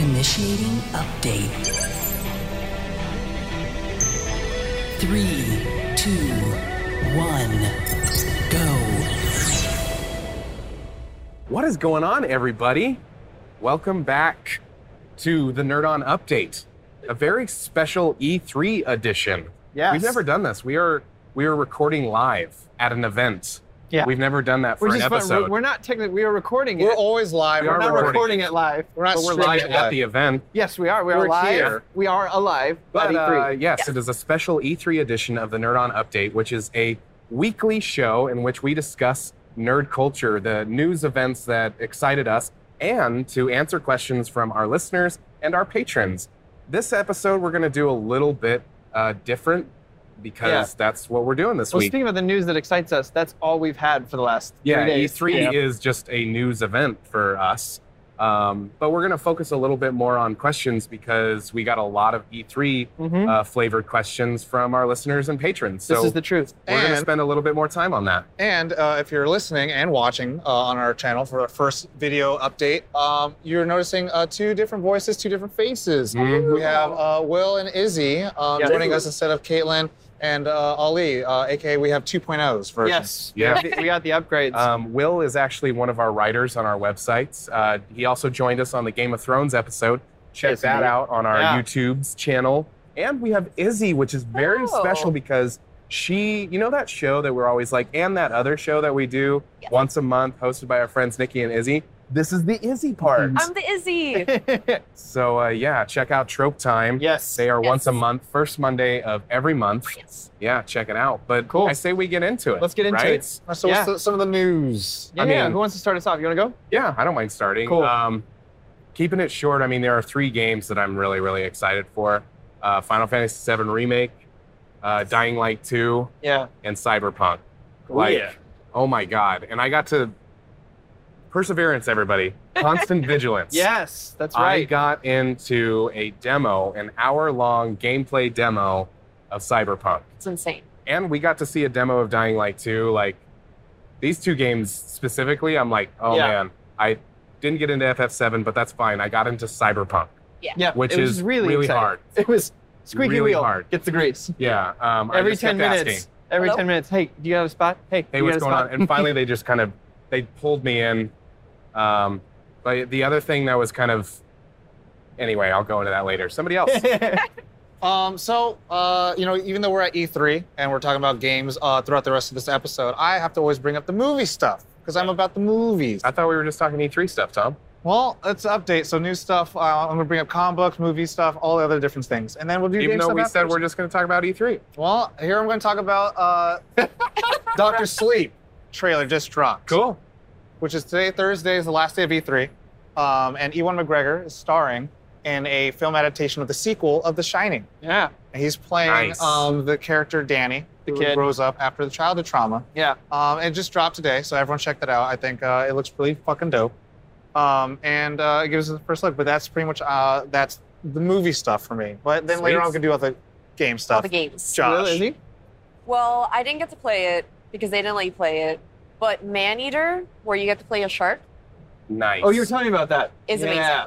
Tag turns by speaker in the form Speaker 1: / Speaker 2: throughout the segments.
Speaker 1: Initiating update. Three, two, one, go.
Speaker 2: What is going on, everybody? Welcome back to the Nerd On Update, a very special E3 edition.
Speaker 3: Yes.
Speaker 2: We've never done this. We are we are recording live at an event.
Speaker 3: Yeah.
Speaker 2: We've never done that for
Speaker 3: We're
Speaker 2: an
Speaker 3: just fun-
Speaker 2: episode.
Speaker 3: We're, we're not technically. We are recording
Speaker 4: We're
Speaker 3: it.
Speaker 4: always live.
Speaker 2: We
Speaker 3: We're
Speaker 2: are
Speaker 3: not
Speaker 2: recording
Speaker 3: recording,
Speaker 2: it.
Speaker 3: it live.
Speaker 4: We're not
Speaker 2: But we're
Speaker 4: streaming
Speaker 2: live
Speaker 4: it
Speaker 2: at the event.
Speaker 3: Yes, we are. We are
Speaker 2: We're
Speaker 3: live.
Speaker 2: here.
Speaker 3: We are alive.
Speaker 2: But
Speaker 3: at E E3.
Speaker 2: uh, yes, it is a special E3 edition of the Nerd On Update, which is a weekly show in which we discuss nerd culture, the news events that excited us, and to answer questions from our listeners and our patrons. This episode, we're going to do a little bit uh, different because
Speaker 3: Yeah.
Speaker 2: that's what we're doing this
Speaker 3: well,
Speaker 2: week.
Speaker 3: speaking of the news that excites us, that's all we've had for the last
Speaker 2: Yeah,
Speaker 3: three days.
Speaker 2: E3 is just a news event for us. Um, but we're going to focus a little bit more on questions because we got a lot of E E3
Speaker 3: Mhm.
Speaker 2: uh, flavored questions from our listeners and patrons. So
Speaker 3: this is the truth.
Speaker 2: we're going to
Speaker 4: And-
Speaker 2: spend a little bit more time on that.
Speaker 4: And uh, if you're listening and watching uh, on our channel for our first video update, um, you're noticing uh, two different voices, two different faces.
Speaker 3: Mm-hmm.
Speaker 2: Mhm.
Speaker 4: We have uh, Will and Izzy um,
Speaker 3: Yeah.
Speaker 4: joining us instead of Caitlin and uh, Ali, uh, aka we have 2.0's version.
Speaker 3: Yes.
Speaker 2: Yeah.
Speaker 3: We got the, we got the upgrades.
Speaker 2: Um, Will is actually one of our writers on our websites. Uh, he also joined us on the Game of Thrones episode. Check
Speaker 3: Yes,
Speaker 2: that
Speaker 3: indeed.
Speaker 2: out on our
Speaker 3: Yeah.
Speaker 2: YouTube's channel. And we have Izzy, which is very
Speaker 5: Oh.
Speaker 2: special because she, you know, that show that we're always like, and that other show that we do
Speaker 5: Yes.
Speaker 2: once a month, hosted by our friends Nikki and Izzy. This is the Izzy
Speaker 3: Mm-hmm.
Speaker 2: part.
Speaker 3: Um,
Speaker 5: I'm the Izzy.
Speaker 2: So uh, yeah, check out Trope Time.
Speaker 3: yes.
Speaker 2: They are
Speaker 5: Yes.
Speaker 2: once a month, first Monday of every month.
Speaker 5: yes.
Speaker 2: Yeah, check it out. But
Speaker 3: Cool.
Speaker 2: I say we get into it.
Speaker 3: Let's get into
Speaker 2: right?
Speaker 3: it.
Speaker 4: Uh, So what's
Speaker 3: Yeah.
Speaker 4: the, some of the news?
Speaker 3: Yeah,
Speaker 2: I mean-
Speaker 3: who wants to start us off? You want to go?
Speaker 2: Yeah, I don't mind starting.
Speaker 3: Cool.
Speaker 2: Um, keeping it short, I mean, there are three games that I'm really, really excited for uh, Final Fantasy VII Remake, uh, Dying Light 2,
Speaker 3: Yeah.
Speaker 2: and Cyberpunk. Like, oh my God. And I got to perseverance, everybody, constant vigilance.
Speaker 3: Yes, that's
Speaker 2: I
Speaker 3: right.
Speaker 2: got into a demo, an hour long gameplay demo of Cyberpunk.
Speaker 5: It's insane.
Speaker 2: And we got to see a demo of Dying Light 2. Like, these two games specifically, I'm like, oh
Speaker 3: Yeah.
Speaker 2: man, I didn't get into FF7, but that's fine. I got into Cyberpunk,
Speaker 3: yeah,
Speaker 2: which
Speaker 3: it was
Speaker 2: is
Speaker 3: really, exciting.
Speaker 2: hard.
Speaker 3: It was squeaky
Speaker 2: Really
Speaker 3: wheel.
Speaker 2: hard.
Speaker 3: Gets the grease.
Speaker 2: Yeah. Um, I
Speaker 3: Every
Speaker 2: just
Speaker 3: ten
Speaker 2: kept
Speaker 3: minutes.
Speaker 2: asking,
Speaker 3: Every
Speaker 5: Hello?
Speaker 3: ten minutes. Hey, do you have a spot? Hey, do
Speaker 2: hey,
Speaker 3: you
Speaker 2: what's
Speaker 3: have a
Speaker 2: going
Speaker 3: spot?
Speaker 2: on? And finally, they just kind of they pulled me in. Um, but the other thing that was kind of anyway, I'll go into that later. Somebody else.
Speaker 4: Um, so, uh, you know, even though we're at E3 and we're talking about games uh, throughout the rest of this episode, I have to always bring up the movie stuff because I'm about the movies.
Speaker 2: I thought we were just talking E3 stuff, Tom.
Speaker 4: Well, it's an update. So new stuff. Uh, I'm gonna bring up comic books, movie stuff, all the other different things, and then we'll do.
Speaker 2: Even
Speaker 4: game
Speaker 2: though
Speaker 4: stuff
Speaker 2: we said
Speaker 4: afterwards.
Speaker 2: we're just going to talk about E E3.
Speaker 3: Oh,
Speaker 4: Well, here I'm gonna talk about uh, Doctor Sleep trailer just dropped.
Speaker 2: Cool.
Speaker 4: Which is today, Thursday, is the last day of E3, um, and Ewan McGregor is starring in a film adaptation of the sequel of The Shining.
Speaker 3: yeah.
Speaker 4: And he's playing
Speaker 2: Nice.
Speaker 4: um, the character Danny,
Speaker 3: The
Speaker 4: who
Speaker 3: kid.
Speaker 4: grows up after the childhood trauma.
Speaker 3: Yeah.
Speaker 4: Um, it just dropped today, so everyone check that out. I think uh, it looks really fucking dope. Um, and uh, it gives us the first look, but that's pretty much uh, that's the movie stuff for me. But then later
Speaker 2: Sweet.
Speaker 4: on, we can do all the game
Speaker 5: All
Speaker 4: stuff.
Speaker 5: the games.
Speaker 4: Josh.
Speaker 3: Really, Izzy?
Speaker 5: Well, I didn't get to play it because they didn't let you play it. But Man Eater, where you get to play a shark,
Speaker 2: Nice.
Speaker 3: Oh, you were telling me about that.
Speaker 5: Is amazing.
Speaker 3: yeah.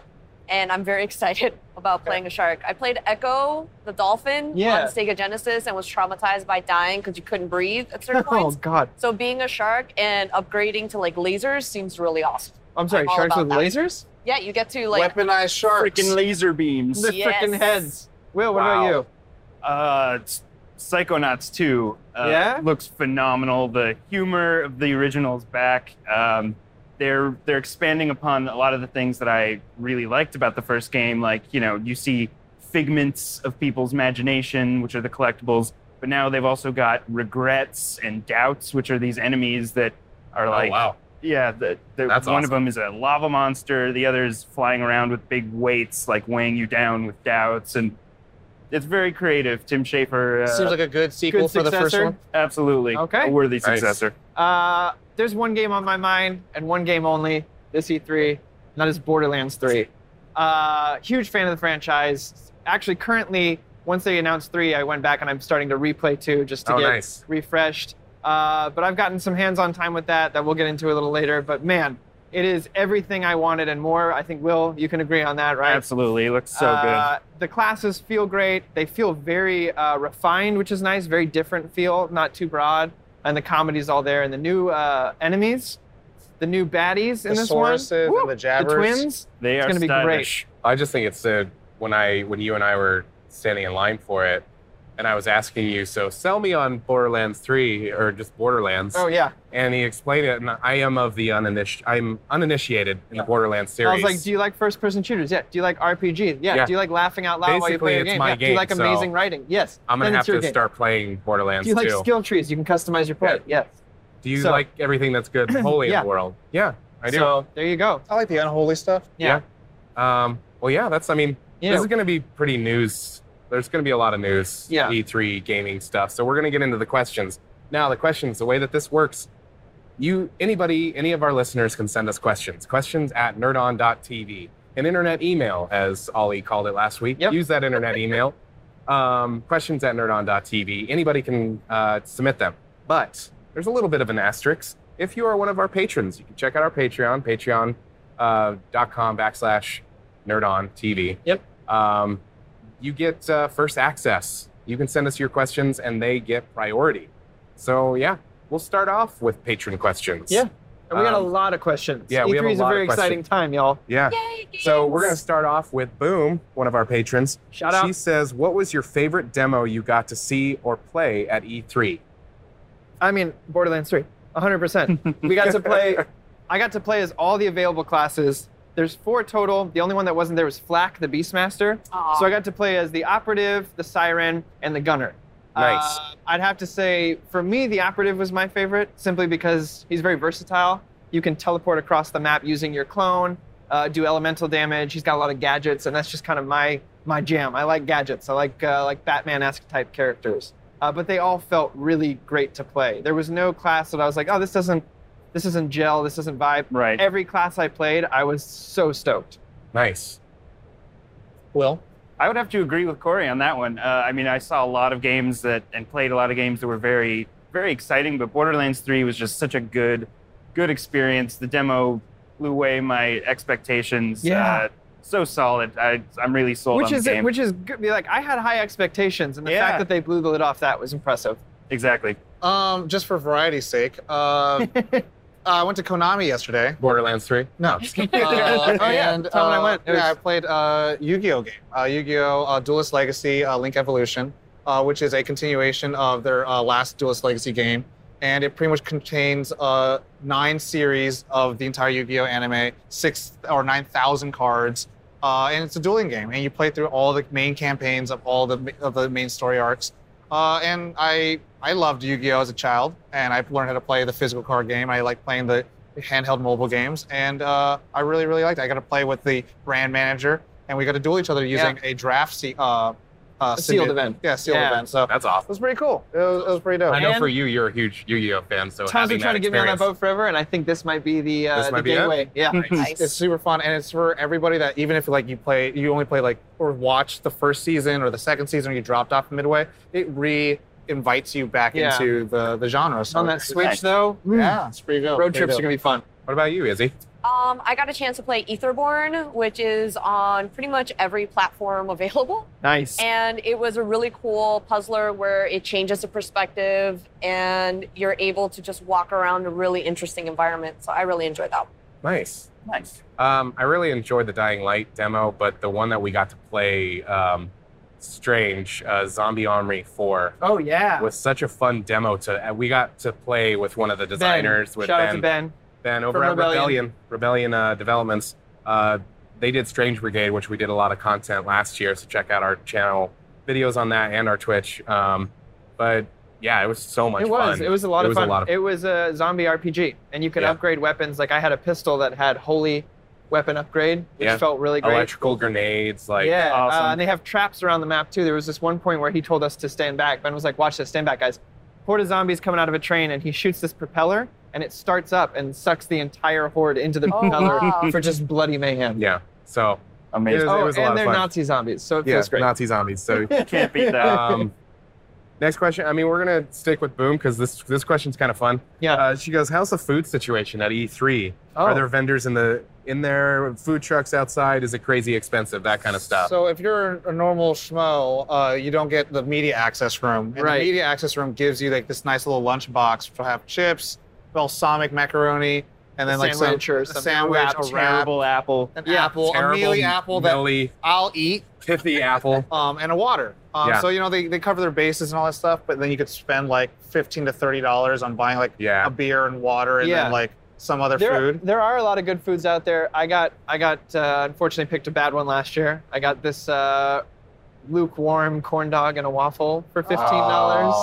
Speaker 5: and I'm very excited about playing a shark. I played Echo the dolphin
Speaker 3: Yeah.
Speaker 5: on Sega Genesis and was traumatized by dying because you couldn't breathe at certain
Speaker 3: Oh
Speaker 5: points.
Speaker 3: God!
Speaker 5: So being a shark and upgrading to like lasers seems really awesome.
Speaker 3: I'm sorry.
Speaker 5: I'm all
Speaker 3: sharks
Speaker 5: about
Speaker 3: with
Speaker 5: that.
Speaker 3: lasers?
Speaker 5: Yeah, you get to like
Speaker 4: Weaponized sharks.
Speaker 6: freaking laser beams.
Speaker 3: The
Speaker 5: Yes.
Speaker 3: freaking heads. Will, what
Speaker 2: Wow.
Speaker 3: about you?
Speaker 6: Uh, s- Psychonauts 2 uh,
Speaker 3: Yeah?
Speaker 6: looks phenomenal. The humor of the original's back. Um, they're they're expanding upon a lot of the things that I really liked about the first game. Like you know, you see figments of people's imagination, which are the collectibles. But now they've also got regrets and doubts, which are these enemies that are
Speaker 2: Oh,
Speaker 6: like
Speaker 2: wow.
Speaker 6: Yeah, the, the,
Speaker 2: That's
Speaker 6: one of
Speaker 2: awesome.
Speaker 6: them is a lava monster. The other is flying around with big weights, like weighing you down with doubts, and it's very creative. Tim Schafer, uh,
Speaker 4: Seems like a good sequel
Speaker 3: Good
Speaker 4: for the first
Speaker 3: successor.
Speaker 4: one.
Speaker 6: absolutely
Speaker 3: Okay.
Speaker 6: a worthy
Speaker 2: Nice.
Speaker 6: successor.
Speaker 3: Uh, there's one game on my mind and one game only. This E3, and that is Borderlands 3. Uh, huge fan of the franchise. Actually, currently, once they announced three, I went back and I'm starting to replay two just to
Speaker 2: Oh,
Speaker 3: get
Speaker 2: nice.
Speaker 3: refreshed. Uh, but I've gotten some hands-on time with that that we'll get into a little later. But man, It is everything I wanted and more. I think Will, you can agree on that, right?
Speaker 6: Absolutely, it looks so
Speaker 3: Uh, the classes feel great. They feel very uh, refined, which is nice. Very different feel, not too broad. And the comedy's all there. And the new uh, enemies, the new baddies in
Speaker 4: The
Speaker 3: this one,
Speaker 4: Sauruses and
Speaker 3: Woo!
Speaker 4: the Jabbers.
Speaker 3: the twins.
Speaker 6: good. They
Speaker 3: it's
Speaker 6: are
Speaker 3: gonna be great.
Speaker 6: stylish.
Speaker 2: I just think it's uh, when I when you and I were standing in line for it, and I was asking you, so sell me on Borderlands Three or just Borderlands,
Speaker 3: Oh yeah.
Speaker 2: and he explained it, and I am of the uniniti- I'm uninitiated in
Speaker 3: Yeah.
Speaker 2: the Borderlands series.
Speaker 3: I was like, do you like first-person shooters? Yeah. Do you like RPG? Yeah.
Speaker 2: Yeah.
Speaker 3: Do you like laughing out loud while you
Speaker 2: Basically,
Speaker 3: play your
Speaker 2: it's
Speaker 3: game?
Speaker 2: my
Speaker 3: yeah. do you
Speaker 2: game,
Speaker 3: like
Speaker 2: so
Speaker 3: amazing writing? Yes.
Speaker 2: I'm gonna
Speaker 3: Then
Speaker 2: have
Speaker 3: it's your
Speaker 2: to
Speaker 3: game.
Speaker 2: start playing Borderlands
Speaker 3: Do you like
Speaker 2: 2.
Speaker 3: skill trees? You can customize your play. Yes.
Speaker 2: do you
Speaker 3: so-
Speaker 2: like everything that's good and holy
Speaker 3: Yeah.
Speaker 2: in the world? Yeah, I do.
Speaker 3: So there you go.
Speaker 4: I like the unholy stuff.
Speaker 3: Yeah.
Speaker 2: um, well, yeah, that's. I mean,
Speaker 3: You
Speaker 2: this
Speaker 3: know,
Speaker 2: is gonna be pretty news. There's gonna be a lot of news.
Speaker 3: Yeah.
Speaker 2: E3 gaming stuff. So we're gonna get into the questions. Now, the questions. The way that this works, you anybody, any of our listeners can send us questions. Questions at nerdon.tv. An internet email, as Ollie called it last week.
Speaker 3: Yep.
Speaker 2: Use that internet email. Um, questions at nerdon.tv. Anybody can uh, submit them. But there's a little bit of an asterisk. If you are one of our patrons, you can check out our Patreon, patreon.com uh, dot com backslash nerdon.tv.
Speaker 3: Yep.
Speaker 2: Um, you get uh, first access. You can send us your questions and they get priority. So, yeah, we'll start off with patron questions.
Speaker 3: Yeah. and we got a
Speaker 2: um,
Speaker 3: lot of questions.
Speaker 2: yeah, we have a
Speaker 3: E3 is a
Speaker 2: lot of
Speaker 3: very exciting
Speaker 2: questions.
Speaker 3: time, y'all.
Speaker 2: Yeah.
Speaker 5: Yay, games.
Speaker 2: So, we're going to start off with Boom, one of our patrons.
Speaker 3: Shout out.
Speaker 2: She says, What was your favorite demo you got to see or play at E E3?
Speaker 3: I mean, Borderlands 3, 100%. we got to play, I got to play as all the available classes. There's four total. The only one that wasn't there was Flack, the Beastmaster.
Speaker 5: Aw.
Speaker 3: So I got to play as the operative, the siren, and the gunner.
Speaker 2: Nice.
Speaker 3: Uh, I'd have to say, for me, the operative was my favorite simply because he's very versatile. You can teleport across the map using your clone, uh, do elemental damage. He's got a lot of gadgets, and that's just kind of my my jam. I like gadgets. I like uh, like Batman-esque type characters. Uh, but they all felt really great to play. There was no class that I was like, oh, this doesn't this isn't gel. This doesn't vibe.
Speaker 6: Right.
Speaker 3: Every class I played, I was so stoked.
Speaker 2: Nice.
Speaker 4: Will.
Speaker 6: I would have to agree with Corey on that one. Uh, I mean, I saw a lot of games that and played a lot of games that were very, very exciting. But Borderlands Three was just such a good, good experience. The demo blew away my expectations.
Speaker 3: Yeah.
Speaker 6: Uh, so solid. I, I'm really sold
Speaker 3: which
Speaker 6: on
Speaker 3: is
Speaker 6: the game.
Speaker 3: which is good. be Like I had high expectations, and the
Speaker 6: Yeah.
Speaker 3: fact that they blew the lid off that was impressive.
Speaker 6: exactly.
Speaker 4: Um, just for variety's sake, uh, I went to Konami yesterday.
Speaker 2: Borderlands 3.
Speaker 4: No, just kidding. Uh,
Speaker 3: Oh, yeah.
Speaker 4: and,
Speaker 3: Tell 'em I
Speaker 4: uh,
Speaker 3: went. It
Speaker 4: yeah,
Speaker 3: was-
Speaker 4: I played uh, Yu-Gi-Oh game, uh, Yu-Gi-Oh uh, Duelist Legacy, uh, Link Evolution, uh, which is a continuation of their uh, last Duelist Legacy game, and it pretty much contains uh, nine series of the entire Yu-Gi-Oh anime, six or nine thousand cards, uh, and it's a dueling game, and you play through all the main campaigns of all the of the main story arcs. Uh, and I I loved Yu-Gi-Oh as a child, and I've learned how to play the physical card game. I like playing the handheld mobile games, and uh, I really really liked it. I got to play with the brand manager, and we got to duel each other using a draft se- uh, uh,
Speaker 3: A sealed
Speaker 4: symbiote-
Speaker 3: event.
Speaker 4: Yeah, sealed
Speaker 3: Yeah.
Speaker 4: event. So it
Speaker 2: That's awesome.
Speaker 4: was pretty cool. It was, it was pretty dope.
Speaker 2: I know
Speaker 3: And-
Speaker 2: for you, you're a huge Yu Gi Oh fan. So,
Speaker 3: Tom's been
Speaker 2: having
Speaker 3: trying to
Speaker 2: that
Speaker 3: get me on that
Speaker 2: experience-
Speaker 3: boat forever, and I think this might be the uh,
Speaker 2: This might
Speaker 3: the
Speaker 2: be it?
Speaker 3: gateway. Yeah,
Speaker 5: Nice.
Speaker 4: It's super fun, and it's for everybody that even if like you play, you only play like or watch the first season or the second season, or you dropped off midway, it re invites you back
Speaker 3: Yeah.
Speaker 4: into the the genre. So
Speaker 3: on that
Speaker 4: it's-
Speaker 3: Switch
Speaker 6: nice.
Speaker 3: though,
Speaker 4: yeah, it's pretty dope.
Speaker 3: road
Speaker 4: pretty
Speaker 3: trips
Speaker 4: dope.
Speaker 3: are gonna be fun.
Speaker 2: What about you, Izzy?
Speaker 5: Um, I got a chance to play Etherborn, which is on pretty much every platform available.
Speaker 3: Nice.
Speaker 5: And it was a really cool puzzler where it changes the perspective and you're able to just walk around a really interesting environment. So I really enjoyed that.
Speaker 2: Nice.
Speaker 6: Nice.
Speaker 2: Um, I really enjoyed the Dying Light demo, but the one that we got to play, um, Strange uh, Zombie Armory 4,
Speaker 3: oh yeah.
Speaker 2: was such a fun demo. To uh, we got to play with one of the
Speaker 3: Ben.
Speaker 2: designers with
Speaker 3: Shout
Speaker 2: ben,
Speaker 3: out to Ben.
Speaker 2: Ben over
Speaker 3: from
Speaker 2: at
Speaker 3: Rebellion.
Speaker 2: Rebellion Rebellion, uh, Developments. Uh, they did Strange Brigade, which we did a lot of content last year. So check out our channel videos on that and our Twitch. Um, but yeah, it was so much
Speaker 3: It was.
Speaker 2: fun.
Speaker 3: It was a lot
Speaker 2: It
Speaker 3: of
Speaker 2: was a
Speaker 3: fun.
Speaker 2: lot of-
Speaker 3: It was a zombie RPG, and you could
Speaker 2: Yeah.
Speaker 3: upgrade weapons. Like I had a pistol that had holy weapon upgrade, which
Speaker 2: Yeah.
Speaker 3: felt really great.
Speaker 2: Electrical grenades, like
Speaker 3: yeah, uh,
Speaker 6: Awesome.
Speaker 3: and they have traps around the map too. There was this one point where he told us to stand back. Ben was like, "Watch this, stand back, guys." Horde of zombies coming out of a train, and he shoots this propeller, and it starts up and sucks the entire horde into the
Speaker 5: Oh,
Speaker 3: propeller
Speaker 5: wow.
Speaker 3: for just bloody mayhem.
Speaker 2: yeah. So
Speaker 6: Amazing.
Speaker 2: It was-
Speaker 3: Oh,
Speaker 2: a lot
Speaker 3: and
Speaker 2: of
Speaker 3: they're
Speaker 2: fun.
Speaker 3: Nazi zombies, so it
Speaker 2: yeah,
Speaker 3: feels great.
Speaker 2: Nazi zombies. So
Speaker 6: Can't beat that.
Speaker 2: um, Next question. I mean, we're gonna stick with Boom because this this question's kind of fun.
Speaker 3: Yeah.
Speaker 2: Uh, she goes, "How's the food situation at E3? Are
Speaker 3: Oh.
Speaker 2: there vendors in the in there? Food trucks outside? Is it crazy expensive? That kind of stuff."
Speaker 4: So if you're a normal schmo, uh, you don't get the media access room. And
Speaker 3: Right.
Speaker 4: The media access room gives you like this nice little lunch box to have chips, balsamic macaroni, and then like
Speaker 3: sandwich
Speaker 4: some
Speaker 3: or
Speaker 4: a
Speaker 3: something.
Speaker 4: sandwich,
Speaker 3: Wrap,
Speaker 4: a wrap,
Speaker 6: terrible apple.
Speaker 4: an
Speaker 3: Yeah,
Speaker 4: apple, a
Speaker 2: Terrible,
Speaker 4: mealy apple that
Speaker 2: milly,
Speaker 4: I'll eat,
Speaker 2: pithy apple.
Speaker 4: um, and a water. Um,
Speaker 2: Yeah.
Speaker 4: So you know they, they cover their bases and all that stuff, but then you could spend like fifteen to thirty dollars on buying like
Speaker 2: Yeah.
Speaker 4: a beer and water and
Speaker 3: Yeah. Mm.
Speaker 4: then like some other
Speaker 3: there,
Speaker 4: food.
Speaker 3: there are a lot of good foods out there. I got I got uh, unfortunately picked a bad one last year. I got this uh, lukewarm corn dog and a waffle for fifteen dollars.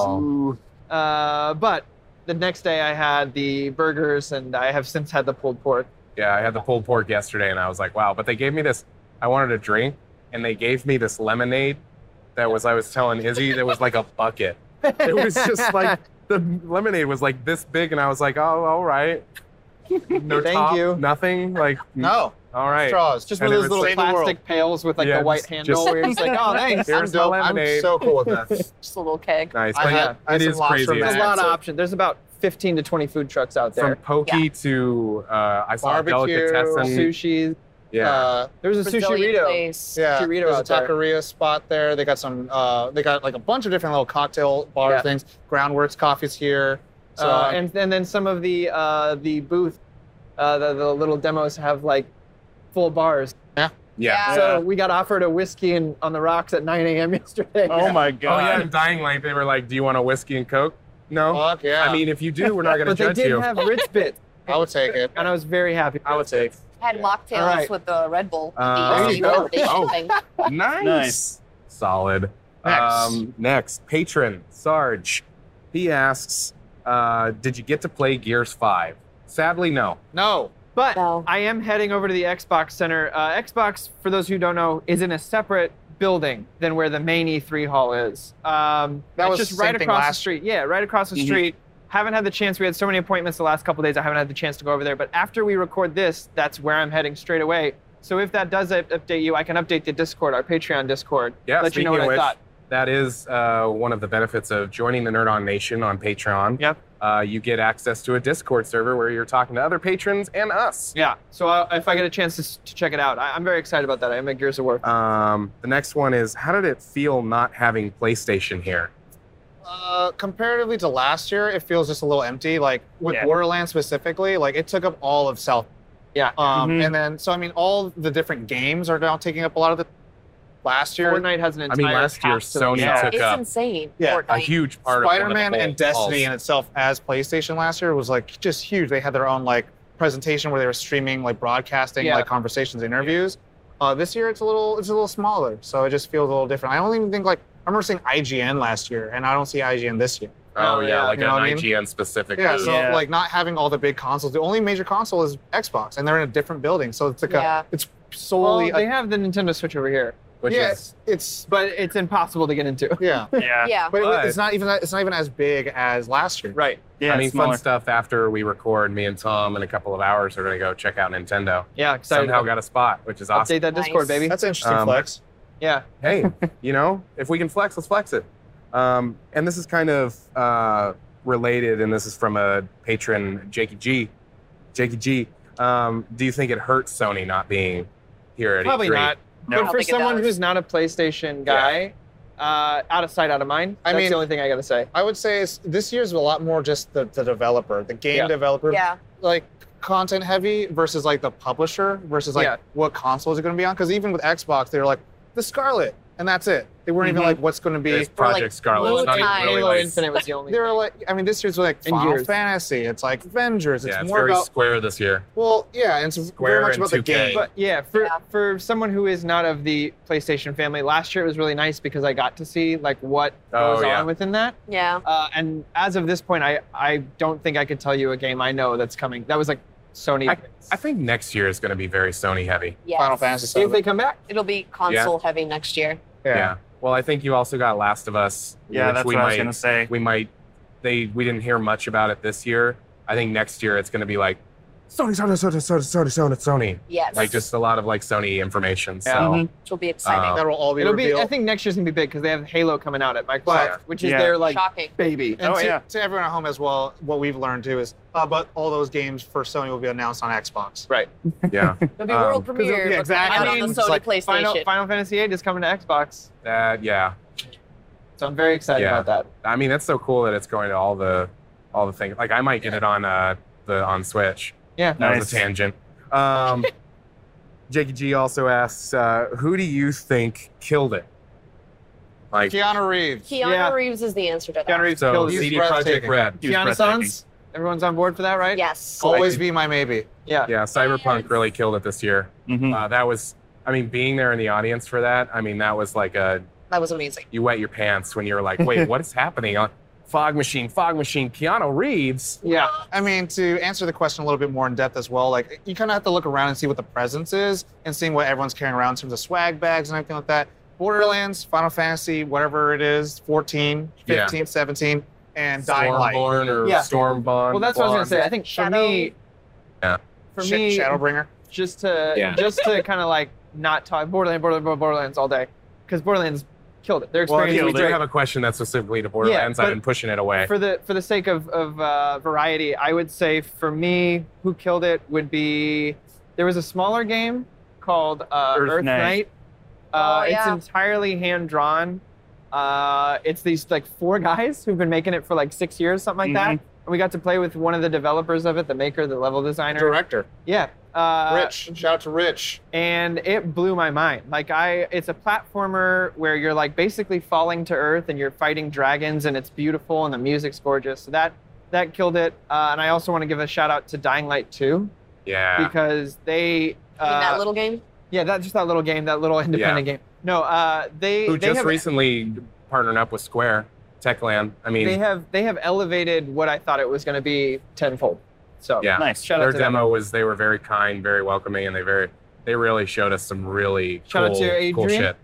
Speaker 2: Oh.
Speaker 3: Uh, but the next day I had the burgers and I have since had the pulled pork.
Speaker 2: Yeah, I had the pulled pork yesterday, and I was like, "Wow!" But they gave me this. I wanted a drink, and they gave me this lemonade that was. I was telling Izzy that was like a bucket. It was just like the lemonade was like this big, and I was like, "Oh, all right." No
Speaker 3: Thank
Speaker 2: top,
Speaker 3: you.
Speaker 2: Nothing. Like
Speaker 4: No
Speaker 2: All right.
Speaker 4: straws.
Speaker 3: It's just
Speaker 4: Just
Speaker 3: one
Speaker 2: And
Speaker 3: of
Speaker 2: it was
Speaker 3: those little
Speaker 4: save the world.
Speaker 3: plastic pails with like
Speaker 2: Yeah,
Speaker 3: the white
Speaker 2: just-
Speaker 3: handle
Speaker 2: just-
Speaker 3: where you're just like, oh, thanks.
Speaker 2: Here's
Speaker 4: I'm dope.
Speaker 2: my lemonade.
Speaker 4: I'm so cool with that.
Speaker 5: Just a little keg.
Speaker 2: Nice.
Speaker 4: I
Speaker 2: But
Speaker 4: had- I
Speaker 2: it
Speaker 4: had some
Speaker 2: is
Speaker 4: lobster
Speaker 2: crazy.
Speaker 4: mac.
Speaker 3: There's a
Speaker 2: It's
Speaker 3: lot of
Speaker 4: So-
Speaker 3: options. There's about 15 to 20 food trucks out
Speaker 2: From
Speaker 3: there.
Speaker 2: pokey to uh, I saw
Speaker 4: Barbecue,
Speaker 2: delicatessen.
Speaker 3: Sushi.
Speaker 2: Yeah.
Speaker 4: Uh,
Speaker 3: There was a sushi
Speaker 5: Brazilian
Speaker 3: rito.
Speaker 5: place.
Speaker 4: Yeah,
Speaker 3: Chirito
Speaker 4: there's a
Speaker 3: out there.
Speaker 4: taqueria spot there. They got some. Uh, they got like a bunch of different little cocktail bar
Speaker 3: Yeah.
Speaker 4: things. Groundworks Coffee's here. So
Speaker 3: uh,
Speaker 4: I-
Speaker 3: and, and then some of the uh, the booth, uh, the, the little demos have like full bars.
Speaker 2: yeah.
Speaker 5: Yeah.
Speaker 3: So we got offered a whiskey and on the rocks at 9 a.m. yesterday.
Speaker 6: Oh my
Speaker 2: Oh yeah.
Speaker 3: Uh,
Speaker 6: god.
Speaker 2: And Dying Light, they were like, "Do you want a whiskey and coke?" No.
Speaker 4: fuck yeah,
Speaker 2: I mean, if you do, we're not gonna
Speaker 3: Oh, But they
Speaker 2: judge
Speaker 3: did
Speaker 2: you.
Speaker 3: have Ritz Bits,
Speaker 4: I would take it.
Speaker 3: and I was very happy.
Speaker 4: I would take.
Speaker 5: Had mocktails
Speaker 3: All right.
Speaker 5: with the Red Bull.
Speaker 2: Uh,
Speaker 5: the
Speaker 4: there
Speaker 5: easy
Speaker 4: you go.
Speaker 5: motivation
Speaker 2: Oh.
Speaker 5: thing.
Speaker 2: nice.
Speaker 6: Nice.
Speaker 2: Solid. Um,
Speaker 4: Next.
Speaker 2: next, patron Sarge. He asks, uh, "Did you get to play Gears 5? Sadly, no.
Speaker 4: No.
Speaker 3: But
Speaker 5: No.
Speaker 3: I am heading over to the Xbox Center. Uh, Xbox, for those who don't know, is in a separate building than where the main E3 hall is. Um,
Speaker 4: That
Speaker 3: it's
Speaker 4: was
Speaker 3: just
Speaker 4: the same
Speaker 3: right
Speaker 4: thing
Speaker 3: across the
Speaker 4: last- Mm-hmm.
Speaker 3: street. Yeah, right across the
Speaker 6: Mhm.
Speaker 3: street. Haven't had the chance. We had so many appointments the last couple days. I haven't had the chance to go over there. But after we record this, that's where I'm heading straight away. So if that does up- update you, I can update the Discord, our Patreon Discord.
Speaker 2: Yeah,
Speaker 3: let you
Speaker 2: speaking
Speaker 3: know what
Speaker 2: of
Speaker 3: I
Speaker 2: which,
Speaker 3: thought.
Speaker 2: That is uh, one of the benefits of joining the Nerd On Nation on Patreon.
Speaker 3: Yep.
Speaker 2: Uh, you get access to a Discord server where you're talking to other patrons and us.
Speaker 3: Yeah. So I, if I get a chance to, s- to check it out, I, I'm very excited about that. I am a Gears of War.
Speaker 2: Um, the next one is, "How did it feel not having PlayStation here?"
Speaker 4: Uh, comparatively to last year, it feels just a little empty. Like with
Speaker 6: Yeah.
Speaker 4: Borderlands specifically, like it took up all of South.
Speaker 3: Yeah.
Speaker 4: Um,
Speaker 2: Mm-hmm.
Speaker 6: Mhm.
Speaker 4: And then, so I mean, all the different games are now taking up a lot of the. Last year,
Speaker 3: Fortnite has an
Speaker 2: I
Speaker 3: entire.
Speaker 2: mean, last year
Speaker 3: half to
Speaker 2: Sony
Speaker 6: yeah.
Speaker 2: took
Speaker 5: It's
Speaker 2: up
Speaker 5: insane.
Speaker 4: Yeah, a
Speaker 2: a
Speaker 5: Fortnite.
Speaker 2: huge part of one of the
Speaker 4: Spider-Man and
Speaker 2: whole
Speaker 4: Destiny
Speaker 2: halls.
Speaker 4: in itself as PlayStation last year was like just huge. They had their own like presentation where they were streaming like broadcasting
Speaker 3: Yeah.
Speaker 4: like conversations, interviews. Uh, this year it's a little it's a little smaller, so it just feels a little different. I don't even think like I remember seeing IGN last year, and I don't see IGN this year.
Speaker 2: Oh,
Speaker 3: Oh,
Speaker 2: yeah,
Speaker 3: yeah.
Speaker 2: like
Speaker 4: You know
Speaker 2: an
Speaker 4: what I mean?
Speaker 2: IGN specific.
Speaker 4: Yeah,
Speaker 2: booth.
Speaker 4: so
Speaker 6: Yeah.
Speaker 4: like not having all the big consoles. The only major console is Xbox, and they're in a different building, so it's like
Speaker 5: Yeah.
Speaker 4: a it's
Speaker 3: Well,
Speaker 4: solely
Speaker 3: they
Speaker 4: a,
Speaker 3: have the Nintendo Switch over here,
Speaker 2: which
Speaker 4: yeah,
Speaker 2: is
Speaker 4: it's
Speaker 3: but it's impossible to get into.
Speaker 4: yeah,
Speaker 6: Yeah.
Speaker 5: Yeah.
Speaker 4: but, it-
Speaker 2: But-
Speaker 4: it's not even it's not even as big as last year.
Speaker 3: Right.
Speaker 6: Yeah.
Speaker 2: I mean,
Speaker 6: smaller.
Speaker 2: fun stuff after we record. Me and Tom in a couple of hours are going to go check out Nintendo.
Speaker 3: Yeah. Excited.
Speaker 2: Somehow got a spot, which is
Speaker 3: Update
Speaker 2: awesome.
Speaker 3: that Discord,
Speaker 5: Nice.
Speaker 3: baby.
Speaker 4: That's an interesting
Speaker 2: Um,
Speaker 4: flex.
Speaker 3: yeah.
Speaker 2: Hey, you know, if we can flex, let's flex it. Um, and this is kind of uh, related, and this is from a patron, Jakey G. Jakey G. Um, do you think it hurts Sony not being here at E
Speaker 3: Probably
Speaker 2: E3?
Speaker 3: not.
Speaker 6: No.
Speaker 3: But
Speaker 5: How
Speaker 3: for
Speaker 5: big it
Speaker 3: someone
Speaker 5: does.
Speaker 3: who's not a PlayStation guy, uh, out of sight, out of mind.
Speaker 4: I
Speaker 3: that's
Speaker 4: mean-
Speaker 3: the only thing I gotta say.
Speaker 4: I would say it's, this year's a lot more just the, the developer, the game
Speaker 3: Yeah.
Speaker 4: developer,
Speaker 5: Yeah.
Speaker 4: like content heavy versus like the publisher versus like
Speaker 3: Yeah.
Speaker 4: what console is it going to be on? Because even with Xbox, they're like the Scarlet, and that's it. They weren't
Speaker 6: Mhm.
Speaker 4: even like what's going to be.
Speaker 2: There's
Speaker 5: Or, like,
Speaker 2: Project Scarlet. It's not even
Speaker 5: Bluetooth.
Speaker 2: really
Speaker 3: Halo
Speaker 2: like,
Speaker 3: Infinite was the only.
Speaker 4: They were like, I mean, this year's like
Speaker 3: And
Speaker 4: Final
Speaker 3: years.
Speaker 4: Fantasy. It's like Avengers. It's
Speaker 2: yeah, it's
Speaker 4: more
Speaker 2: very
Speaker 4: about
Speaker 2: square this year.
Speaker 4: well, yeah, and it's
Speaker 2: Square
Speaker 4: very much
Speaker 2: and
Speaker 4: about the
Speaker 2: 2K.
Speaker 4: game.
Speaker 3: But yeah, for
Speaker 5: Yeah.
Speaker 3: for someone who is not of the PlayStation family, last year it was really nice because I got to see like what
Speaker 2: Oh,
Speaker 3: goes
Speaker 2: yeah.
Speaker 3: on within that.
Speaker 5: Yeah.
Speaker 3: Uh, and as of this point, I I don't think I could tell you a game I know that's coming. That was like Sony.
Speaker 2: I think next year is going to be very Sony heavy.
Speaker 5: Yes.
Speaker 4: Final Fantasy.
Speaker 3: see if they come back.
Speaker 5: It'll be console heavy next year.
Speaker 2: Yeah. Well, I think you also got Last of Us.
Speaker 6: Yeah,
Speaker 2: which
Speaker 6: that's
Speaker 2: we
Speaker 6: what I was
Speaker 2: might-
Speaker 6: gonna say.
Speaker 2: we might they we didn't hear much about it this year. I think next year it's going to be like Sony, Sony, Sony, Sony, Sony, Sony.
Speaker 5: Yes.
Speaker 2: Like just a lot of like Sony information. So
Speaker 3: Yeah.
Speaker 6: Mhm.
Speaker 5: Which will be exciting.
Speaker 2: Uh,
Speaker 4: That'll all be
Speaker 3: It'll be.
Speaker 4: revealed.
Speaker 3: I think next year's gonna be big because they have Halo coming out at Microsoft,
Speaker 4: Right.
Speaker 3: which is
Speaker 6: Yeah.
Speaker 3: their like
Speaker 5: Shocking.
Speaker 3: baby.
Speaker 4: And
Speaker 6: Oh,
Speaker 4: to,
Speaker 6: yeah.
Speaker 4: to everyone at home as well, what we've learned too is, uh, but all those games for Sony will be announced on Xbox.
Speaker 3: Right.
Speaker 2: yeah,
Speaker 5: It'll be
Speaker 2: um,
Speaker 5: world
Speaker 4: 'cause it'll-
Speaker 5: premiere.
Speaker 4: yeah,
Speaker 5: but
Speaker 4: exactly.
Speaker 5: Out
Speaker 4: I mean,
Speaker 5: on the
Speaker 4: it's
Speaker 5: Sony
Speaker 4: like
Speaker 5: PlayStation.
Speaker 3: Final Final Fantasy VIII is coming to Xbox,
Speaker 2: that yeah.
Speaker 3: so I'm very excited
Speaker 2: Yeah.
Speaker 3: about that.
Speaker 2: I mean, that's so cool that it's going to all the all the things. Like I might get it on uh the on Switch.
Speaker 3: Yeah.
Speaker 2: That
Speaker 6: Nice.
Speaker 2: was a tangent. Um, Jakey G also asks, uh, who do you think killed it? Like
Speaker 4: Keanu Reeves.
Speaker 5: Keanu
Speaker 3: Yeah.
Speaker 5: Reeves is the answer to that.
Speaker 3: Keanu Reeves
Speaker 2: so,
Speaker 3: killed it.
Speaker 2: CD
Speaker 4: He's
Speaker 2: Project
Speaker 4: breathtaking.
Speaker 2: Red.
Speaker 6: He was
Speaker 3: Keanu
Speaker 6: breathtaking.
Speaker 3: Sons. Everyone's on board for that, right?
Speaker 5: Yes.
Speaker 4: Always be my maybe.
Speaker 3: Yeah.
Speaker 2: Yeah, Cyberpunk
Speaker 5: Yes.
Speaker 2: really killed it this year.
Speaker 6: Mhm.
Speaker 2: Uh, that was, I mean, being there in the audience for that. I mean, that was like a
Speaker 5: That was amazing.
Speaker 2: you wet your pants when you're like, wait, what is happening? Uh, fog machine, fog machine, Keanu Reeves.
Speaker 3: Yeah.
Speaker 4: I mean, to answer the question a little bit more in depth as well, like you kind of have to look around and see what the presence is and seeing what everyone's carrying around in terms of swag bags and everything like that. Borderlands, Final Fantasy, whatever it is, 14,
Speaker 2: Yeah.
Speaker 4: 15, 17, and Dying Light.
Speaker 2: Stormborn or
Speaker 3: Yeah.
Speaker 2: Stormborn.
Speaker 3: Well, that's what I was gonna say. I think for
Speaker 5: Shadow.
Speaker 3: me,
Speaker 2: Yeah.
Speaker 3: for
Speaker 4: Sh-
Speaker 3: me,
Speaker 4: Shadowbringer.
Speaker 3: just to
Speaker 2: Yeah.
Speaker 3: just to kind of like not talk Borderlands, Borderlands, Borderlands all day because Borderlands killed it. Their
Speaker 2: Well,
Speaker 3: experience
Speaker 2: yeah, we
Speaker 3: was
Speaker 2: do
Speaker 3: great.
Speaker 2: have a question that's specifically to Borderlands.
Speaker 3: Yeah,
Speaker 2: I've
Speaker 3: but-
Speaker 2: been pushing it away.
Speaker 3: for the for the sake of of uh, variety, I would say for me, who killed it would be there was a smaller game called uh,
Speaker 6: Earth
Speaker 3: Earth,
Speaker 6: Knight.
Speaker 3: Knight. Uh,
Speaker 5: Oh, yeah.
Speaker 3: It's entirely hand drawn. Uh, it's these like four guys who've been making it for like six years, something like that.
Speaker 6: Mhm.
Speaker 3: And we got to play with one of the developers of it, the maker, the level designer.
Speaker 4: Director.
Speaker 3: Yeah. Uh,
Speaker 4: Rich. Shout out to Rich.
Speaker 3: and it blew my mind. Like I, it's a platformer where you're like basically falling to earth and you're fighting dragons, and it's beautiful and the music's gorgeous. So that that killed it. Uh, and I also want to give a shout out to Dying Light 2
Speaker 2: yeah.
Speaker 3: because they, uh,
Speaker 5: I mean, that little game.
Speaker 3: yeah, that just that little game, that little independent game. No, uh, they
Speaker 2: Who
Speaker 3: they
Speaker 2: just
Speaker 3: have
Speaker 2: recently partnered up with Square, Techland. I mean,
Speaker 3: they have they have elevated what I thought it was going to be tenfold. So
Speaker 2: yeah.
Speaker 6: Nice.
Speaker 3: shout
Speaker 2: Their
Speaker 3: out to them.
Speaker 2: demo was they were very kind, very welcoming, and they very they really showed us some really
Speaker 3: Shout out
Speaker 2: cool,
Speaker 3: to
Speaker 2: cool
Speaker 3: Adrian.
Speaker 2: shit.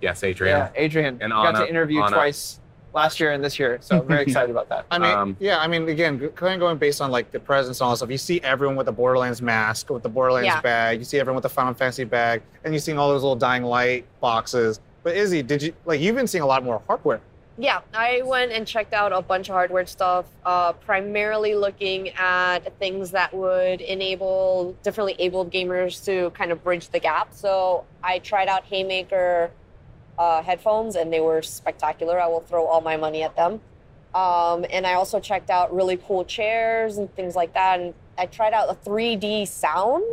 Speaker 2: Yes, Adrian.
Speaker 3: Yeah, Adrian
Speaker 2: And
Speaker 3: got
Speaker 2: Anna-
Speaker 3: to interview
Speaker 2: Anna.
Speaker 3: twice last year and this year, so I'm very excited about that.
Speaker 4: I mean,
Speaker 2: Um,
Speaker 4: yeah, I mean, again, g- kind of going based on like the presence and all that stuff, you see everyone with the Borderlands mask, with the Borderlands
Speaker 5: Yeah.
Speaker 4: bag, you see everyone with the Final Fantasy bag, and you're seeing all those little dying light boxes. But Izzy, did you like you've been seeing a lot more hardware?
Speaker 5: Yeah, I went and checked out a bunch of hardware stuff, uh, primarily looking at things that would enable differently abled gamers to kind of bridge the gap. So I tried out Haymaker uh, headphones, and they were spectacular. I will throw all my money at them. Um, and I also checked out really cool chairs and things like that. And I tried out a 3D sound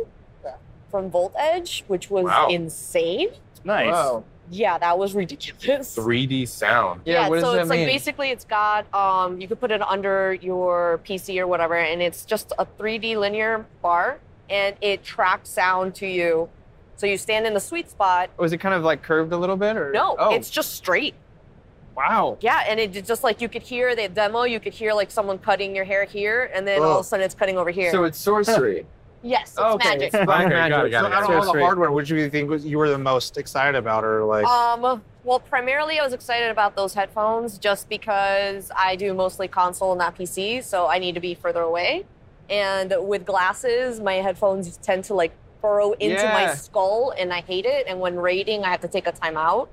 Speaker 4: Yeah.
Speaker 5: from Volt Edge, which was
Speaker 2: Wow.
Speaker 5: insane.
Speaker 6: Nice.
Speaker 3: Wow.
Speaker 5: Yeah, that was ridiculous.
Speaker 2: 3D sound.
Speaker 3: Yeah,
Speaker 5: Yeah,
Speaker 3: what does
Speaker 5: so
Speaker 3: that
Speaker 5: it's
Speaker 3: mean?
Speaker 5: like basically it's got um you could put it under your PC or whatever and it's just a 3D linear bar and it tracks sound to you. So you stand in the sweet spot.
Speaker 3: Was it kind of like curved a little bit or
Speaker 5: No,
Speaker 3: Oh,
Speaker 5: it's just straight.
Speaker 3: wow.
Speaker 5: Yeah, and it just like you could hear the demo, you could hear like someone cutting your hair here and then all
Speaker 4: Oh.
Speaker 5: of a sudden it's cutting over here.
Speaker 3: So it's sorcery.
Speaker 5: yes, it's
Speaker 3: okay,
Speaker 5: magic.
Speaker 3: it's black
Speaker 2: Okay, got it,
Speaker 3: magic.
Speaker 2: got it,
Speaker 4: So
Speaker 2: got
Speaker 4: out
Speaker 2: it.
Speaker 4: of all the
Speaker 3: Sorcery.
Speaker 4: hardware, which do you think was you were the most excited about, or like
Speaker 5: Um, well, primarily I was excited about those headphones just because I do mostly console, not PC, so I need to be further away. And with glasses, my headphones tend to like burrow into
Speaker 3: Yeah.
Speaker 5: my skull, and I hate it. And when raiding, I have to take a timeout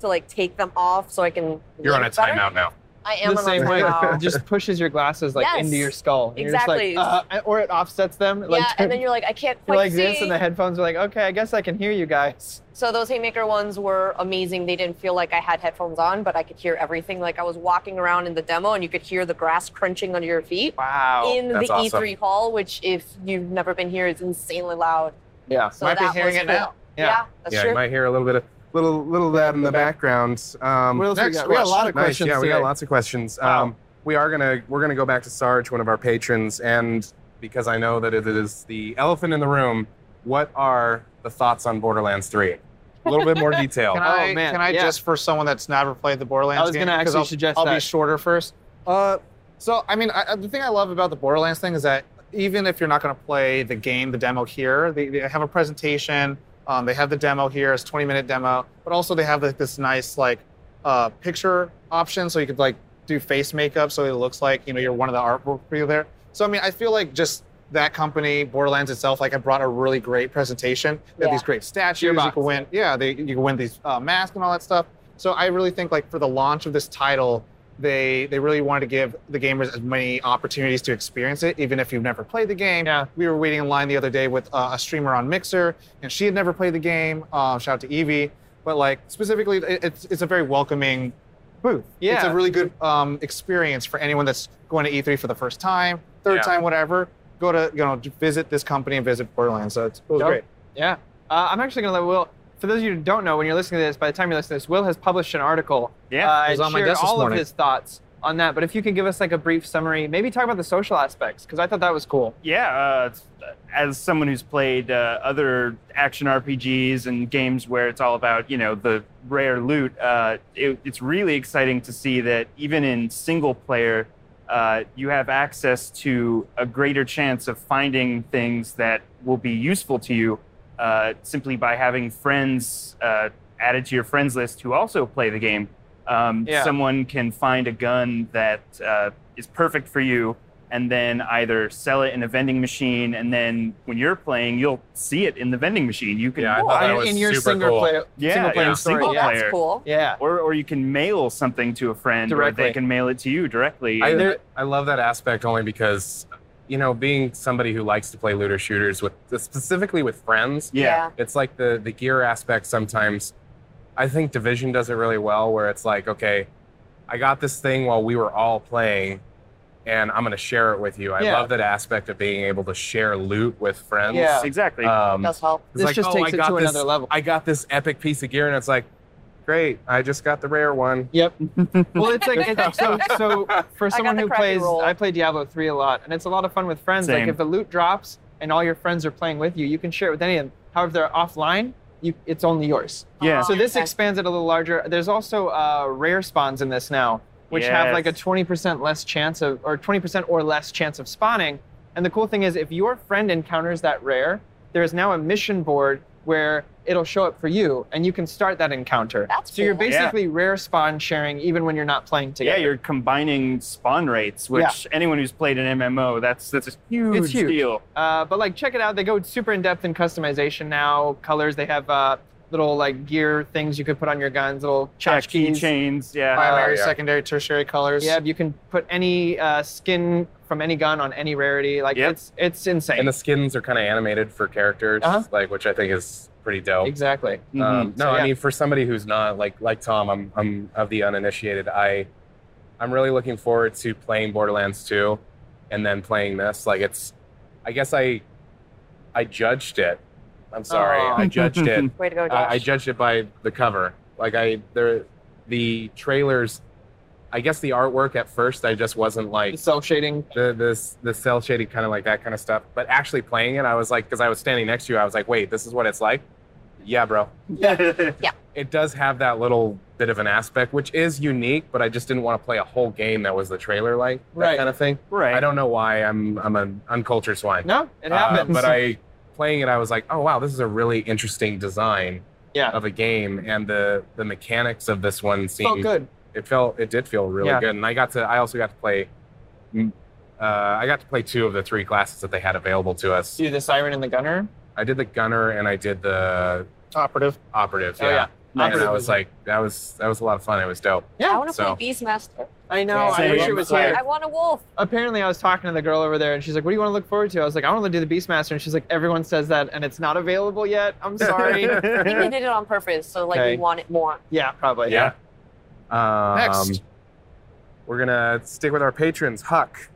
Speaker 5: to like take them off so I can.
Speaker 2: You're on a
Speaker 5: look better.
Speaker 2: timeout now.
Speaker 5: I am
Speaker 3: the
Speaker 5: on a
Speaker 3: same way.
Speaker 5: timeout.
Speaker 3: It just pushes your glasses like
Speaker 5: Yes,
Speaker 3: into your skull. And
Speaker 5: exactly.
Speaker 3: You're just like, uh, or it offsets them. Like,
Speaker 5: yeah, and then you're like, I can't
Speaker 3: you're
Speaker 5: quite
Speaker 3: like
Speaker 5: see.
Speaker 3: this, and the headphones are like, okay, I guess I can hear you guys.
Speaker 5: So those Haymaker ones were amazing. They didn't feel like I had headphones on, but I could hear everything. Like I was walking around in the demo, and you could hear the grass crunching under your feet.
Speaker 3: Wow.
Speaker 5: in the
Speaker 2: that's awesome.
Speaker 5: E3 hall, which if you've never been here, is insanely loud.
Speaker 3: yeah.
Speaker 5: So
Speaker 4: Might be
Speaker 5: that
Speaker 4: hearing
Speaker 5: was
Speaker 4: it
Speaker 5: cool.
Speaker 4: now.
Speaker 5: Yeah,
Speaker 3: Yeah.
Speaker 5: that's
Speaker 2: Yeah,
Speaker 5: true.
Speaker 2: you might hear a little bit of little little of that in the background. Um,
Speaker 3: What else we
Speaker 4: Next
Speaker 3: got? We got a lot of
Speaker 2: Nice.
Speaker 3: questions.
Speaker 2: Yeah, we got
Speaker 3: today.
Speaker 2: lots of questions.
Speaker 3: Wow.
Speaker 2: Um, we are gonna we're gonna go back to Sarge, one of our patrons, and because I know that it is the elephant in the room. What are the thoughts on Borderlands Three? A little bit more detail.
Speaker 4: Can
Speaker 3: Oh,
Speaker 4: I
Speaker 3: man,
Speaker 4: can I
Speaker 3: yeah.
Speaker 4: just for someone that's never played the Borderlands?
Speaker 3: I was gonna
Speaker 4: game, 'cause
Speaker 3: actually
Speaker 4: I'll-
Speaker 3: suggest
Speaker 4: I'll be
Speaker 3: that.
Speaker 4: shorter first. Uh, so I mean, I, I- the thing I love about the Borderlands thing is that even if you're not gonna play the game, the demo here, they, they have a presentation. Um, they have the demo here, it's 20 minute demo, but also they have like this nice like uh, picture option, so you could like do face makeup, so it looks like you know you're one of the artwork people there. So I mean, I feel like just that company, Borderlands itself, like had brought a really great presentation. They had
Speaker 5: Yeah.
Speaker 4: these great statues. You
Speaker 3: Gearbox.
Speaker 4: could win, yeah, they, you could win these uh, masks and all that stuff. So I really think like for the launch of this title, they they really wanted to give the gamers as many opportunities to experience it, even if you've never played the game.
Speaker 3: Yeah.
Speaker 4: We were waiting in line the other day with uh, a streamer on Mixer, and she had never played the game. Uh, shout out to Evie. But like specifically, it, it's it's a very welcoming booth. It's
Speaker 3: Yeah.
Speaker 4: a really good um, experience for anyone that's going to E3 for the first time, third
Speaker 6: Yeah.
Speaker 4: time, whatever. Go to you know visit this company and visit Borderlands. So it's, it was
Speaker 3: Dope.
Speaker 4: great.
Speaker 3: Yeah. Uh, I'm actually going to let Will, for those of you who don't know, when you're listening to this, by the time you listen to this, Will has published an article.
Speaker 6: Yeah,
Speaker 3: uh,
Speaker 4: it was
Speaker 3: and
Speaker 4: on my
Speaker 3: shared
Speaker 4: desk this
Speaker 3: all of
Speaker 4: morning.
Speaker 3: his thoughts on that. But if you could give us like a brief summary, maybe talk about the social aspects, because I thought that was cool.
Speaker 6: yeah, uh, it's- as someone who's played uh, other action RPGs and games where it's all about you know the rare loot, uh, it, it's really exciting to see that even in single player, uh, you have access to a greater chance of finding things that will be useful to you uh, simply by having friends uh, added to your friends list who also play the game. Um,
Speaker 3: Yeah.
Speaker 6: Someone can find a gun that uh, is perfect for you and then either sell it in a vending machine and then when you're playing you'll see it in the vending machine you can
Speaker 2: Yeah, I thought that
Speaker 3: in,
Speaker 2: was
Speaker 3: in your
Speaker 2: super
Speaker 3: single
Speaker 2: cool.
Speaker 3: player,
Speaker 6: Yeah,
Speaker 3: single player
Speaker 6: yeah.
Speaker 3: story.
Speaker 6: Single
Speaker 5: Oh,
Speaker 3: yeah.
Speaker 5: that's
Speaker 6: player.
Speaker 5: cool.
Speaker 3: yeah.
Speaker 6: or, or you can mail something to a friend or
Speaker 3: Directly.
Speaker 6: they can mail it to you directly
Speaker 2: I,
Speaker 6: And-
Speaker 2: I love that aspect only because, you know, being somebody who likes to play looter shooters with specifically with friends,
Speaker 6: yeah
Speaker 2: it's like the the gear aspect sometimes i think division does it really well where it's like okay i got this thing while we were all playing and i'm going to share it with you i
Speaker 3: Yeah.
Speaker 2: love that aspect of being able to share loot with friends
Speaker 3: Yeah.
Speaker 6: exactly
Speaker 2: um,
Speaker 5: Does help.
Speaker 2: it's
Speaker 3: This
Speaker 2: like,
Speaker 3: just
Speaker 2: oh,
Speaker 3: takes
Speaker 2: I
Speaker 3: it
Speaker 2: got
Speaker 3: to
Speaker 2: this-
Speaker 3: another level.
Speaker 2: i got this epic piece of gear and it's like great i just got the rare one
Speaker 3: Yep. well, it's like it's, so. So for
Speaker 5: got
Speaker 3: someone
Speaker 5: the
Speaker 3: who
Speaker 5: crappy
Speaker 3: plays,
Speaker 5: roll.
Speaker 3: I play Diablo three a lot, and it's a lot of fun with friends. Like
Speaker 6: Same.
Speaker 3: if the loot drops and all your friends are playing with you, you can share it with any of them. However, if they're offline, you, it's only yours.
Speaker 6: yeah
Speaker 3: So this
Speaker 5: Okay.
Speaker 3: expands it a little larger. There's also uh, rare spawns in this now, which have like a
Speaker 6: Yes.
Speaker 3: 20% less chance of, or 20% or less chance of spawning. And the cool thing is, if your friend encounters that rare, there is now a mission board where it'll show up for you, and you can start that encounter.
Speaker 5: That's
Speaker 3: so you're
Speaker 5: cool.
Speaker 6: Yeah.
Speaker 3: basically rare spawn sharing, even when you're not playing
Speaker 6: yeah
Speaker 3: together.
Speaker 6: you're combining spawn rates which anyone who's played an mmo that's that's a huge,
Speaker 3: It's huge.
Speaker 6: deal
Speaker 3: Uh, but like, check it out. They go super in depth in customization now. Colors. They have uh, little like gear things you could put on your guns. Little
Speaker 6: key
Speaker 3: tchotchkes.
Speaker 6: chains yeah
Speaker 4: Primary,
Speaker 2: yeah.
Speaker 4: Uh, secondary, tertiary colors.
Speaker 3: Yeah, you can put any uh, skin from any gun on any rarity. Like
Speaker 6: Yep.
Speaker 3: it's it's insane.
Speaker 2: and the skins are kind of animated for characters
Speaker 3: Uh-huh.
Speaker 2: like which i think is pretty dope
Speaker 3: exactly.
Speaker 2: Um,
Speaker 6: Mhm.
Speaker 2: no,
Speaker 3: So, yeah.
Speaker 2: I mean for somebody who's not like like Tom, I'm I'm of the uninitiated. I I'm really looking forward to playing Borderlands 2 and then playing this. Like it's I guess I I judged it. I'm sorry.
Speaker 3: Aw.
Speaker 2: I judged it.
Speaker 5: Way to go, Josh.
Speaker 2: I, I judged it by the cover. Like I there the trailers I guess the artwork at first I just wasn't like
Speaker 3: Self shading.
Speaker 2: the this the cell shaded kind of like that kind of stuff. But actually playing it, I was like because I was standing next to you, I was like, wait, this is what it's like. Yeah, bro it does have that little bit of an aspect which is unique but i just didn't want to play a whole game that was the trailer like that
Speaker 3: Right.
Speaker 2: kind of thing
Speaker 6: right
Speaker 2: i don't know why i'm i'm an uncultured swine
Speaker 3: No, it
Speaker 2: Uh,
Speaker 3: happens.
Speaker 2: but i playing it i was like oh wow this is a really interesting design
Speaker 3: Yeah.
Speaker 2: of a game and the the mechanics of this one seemed
Speaker 3: felt good.
Speaker 2: it felt it did feel really
Speaker 3: Yeah.
Speaker 2: good and i got to i also got to play mm, uh, i got to play two of the three classes that they had available to us
Speaker 3: Do the siren and the gunner.
Speaker 2: i did the gunner and i did the
Speaker 4: Operative.
Speaker 2: operative
Speaker 3: Oh, yeah.
Speaker 2: and
Speaker 3: Operative
Speaker 2: I
Speaker 3: is-
Speaker 2: was like, that was that was a lot of fun. It was dope.
Speaker 5: I
Speaker 3: Yeah.
Speaker 5: want to
Speaker 2: so-
Speaker 5: play Beastmaster.
Speaker 3: I know. I
Speaker 6: Same.
Speaker 3: wish it was
Speaker 6: Yeah.
Speaker 3: here.
Speaker 5: I want a wolf.
Speaker 3: Apparently, I was talking to the girl over there, and she's like, "What do you want to look forward to?" I was like, "I want to do the Beastmaster," and she's like, "Everyone says that, and it's not available yet. I'm sorry."
Speaker 5: I think they did it on purpose, so like
Speaker 3: Okay.
Speaker 5: we want it more.
Speaker 3: yeah, probably.
Speaker 2: Yeah. Um,
Speaker 4: Next.
Speaker 2: we're gonna stick with our patrons. Huck.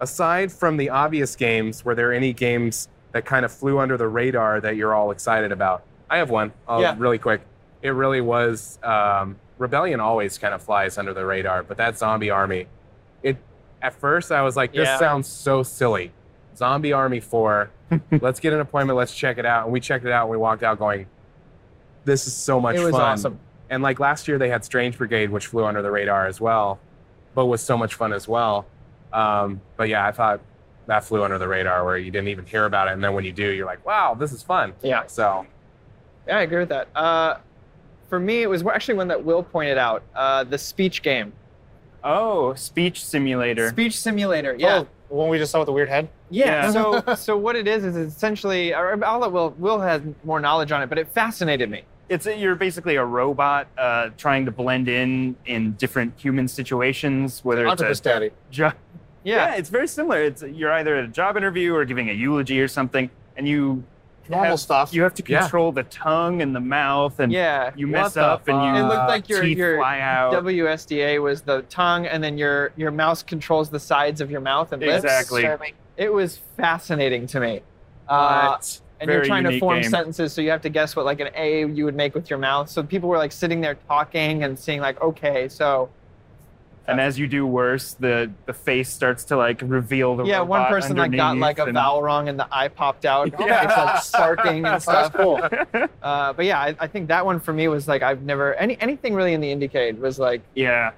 Speaker 2: Aside from the obvious games, were there any games that kind of flew under the radar that you're all excited about? I have one. i
Speaker 3: Yeah.
Speaker 2: Really quick. It really was. Um, Rebellion always kind of flies under the radar, but that Zombie Army. It. At first, I was like, this
Speaker 3: Yeah.
Speaker 2: sounds so silly. Zombie Army Four. let's get an appointment. Let's check it out. And we checked it out, and we walked out going, this is so much
Speaker 3: it was
Speaker 2: fun.
Speaker 3: awesome.
Speaker 2: And like last year, they had Strange Brigade, which flew under the radar as well, but was so much fun as well. Um, but yeah, I thought that flew under the radar where you didn't even hear about it. And then when you do, you're like, wow, this is fun.
Speaker 3: Yeah.
Speaker 2: So
Speaker 3: Yeah, I agree with that. Uh, for me, it was actually one that Will pointed out. Uh, the speech game.
Speaker 6: oh speech simulator
Speaker 3: Speech simulator. Yeah.
Speaker 4: Oh, one we just saw with the weird head?
Speaker 3: Yeah.
Speaker 6: Yeah.
Speaker 3: So so what it is is it's essentially or I'll let Will Will has more knowledge on it, but it fascinated me.
Speaker 6: it's you're basically a robot uh, trying to blend in in different human situations, whether it's
Speaker 4: Octopus
Speaker 6: a
Speaker 4: Daddy.
Speaker 6: job.
Speaker 3: Yeah.
Speaker 6: it's very similar. It's you're either at a job interview or giving a eulogy or something, and you
Speaker 4: Normal
Speaker 6: have,
Speaker 4: stuff.
Speaker 6: You have to
Speaker 2: Yeah.
Speaker 6: control the tongue and the mouth, and
Speaker 3: yeah.
Speaker 6: you
Speaker 3: What
Speaker 6: mess
Speaker 3: the
Speaker 6: up and you
Speaker 3: fuck? It looked
Speaker 6: uh,
Speaker 3: like your-
Speaker 6: teeth
Speaker 3: your
Speaker 6: fly out.
Speaker 3: WSDA was the tongue, and then your your mouse controls the sides of your mouth and lips.
Speaker 6: Exactly.
Speaker 5: Disturbing.
Speaker 3: It was fascinating to me. Uh,
Speaker 6: But
Speaker 3: and you're
Speaker 6: very
Speaker 3: trying to
Speaker 6: unique
Speaker 3: form
Speaker 6: game.
Speaker 3: sentences, so you have to guess what like an A you would make with your mouth. So people were like sitting there talking and seeing like, okay, so
Speaker 6: and as you do worse, the the face starts to like reveal the
Speaker 3: yeah, one
Speaker 6: robot
Speaker 3: person like got
Speaker 6: underneath
Speaker 3: like a
Speaker 6: and-
Speaker 3: vowel wrong and the eye popped out. and
Speaker 6: Yeah.
Speaker 3: It's like sparking and
Speaker 4: Oh,
Speaker 3: stuff.
Speaker 4: that's cool.
Speaker 3: Uh, but yeah, I, I think that one for me was like I've never any anything really in the Indiecade was like
Speaker 6: Yeah,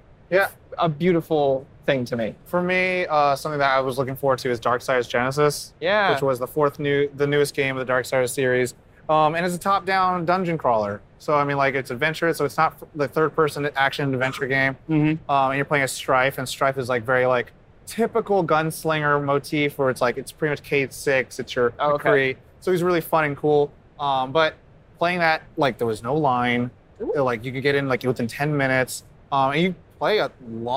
Speaker 3: a beautiful thing to me.
Speaker 4: For me, uh, something that I was looking forward to is Dark Darksiders Genesis,
Speaker 3: Yeah,
Speaker 4: which was the fourth new, the newest game of the Darksiders series, um, and it's a top-down dungeon crawler. So I mean, like it's adventurous. So it's not the third-person action adventure game.
Speaker 6: hmm
Speaker 3: Mm-hmm.
Speaker 4: um, and you're playing as Strife, and Strife is like very like typical gunslinger motif, where it's like it's pretty much Cade Six, it's your
Speaker 3: Oh, okay.
Speaker 4: McCree. so he's really fun and cool. Um, but playing that, like there was no line, Uh, like you could get in like within ten minutes, um, and you play a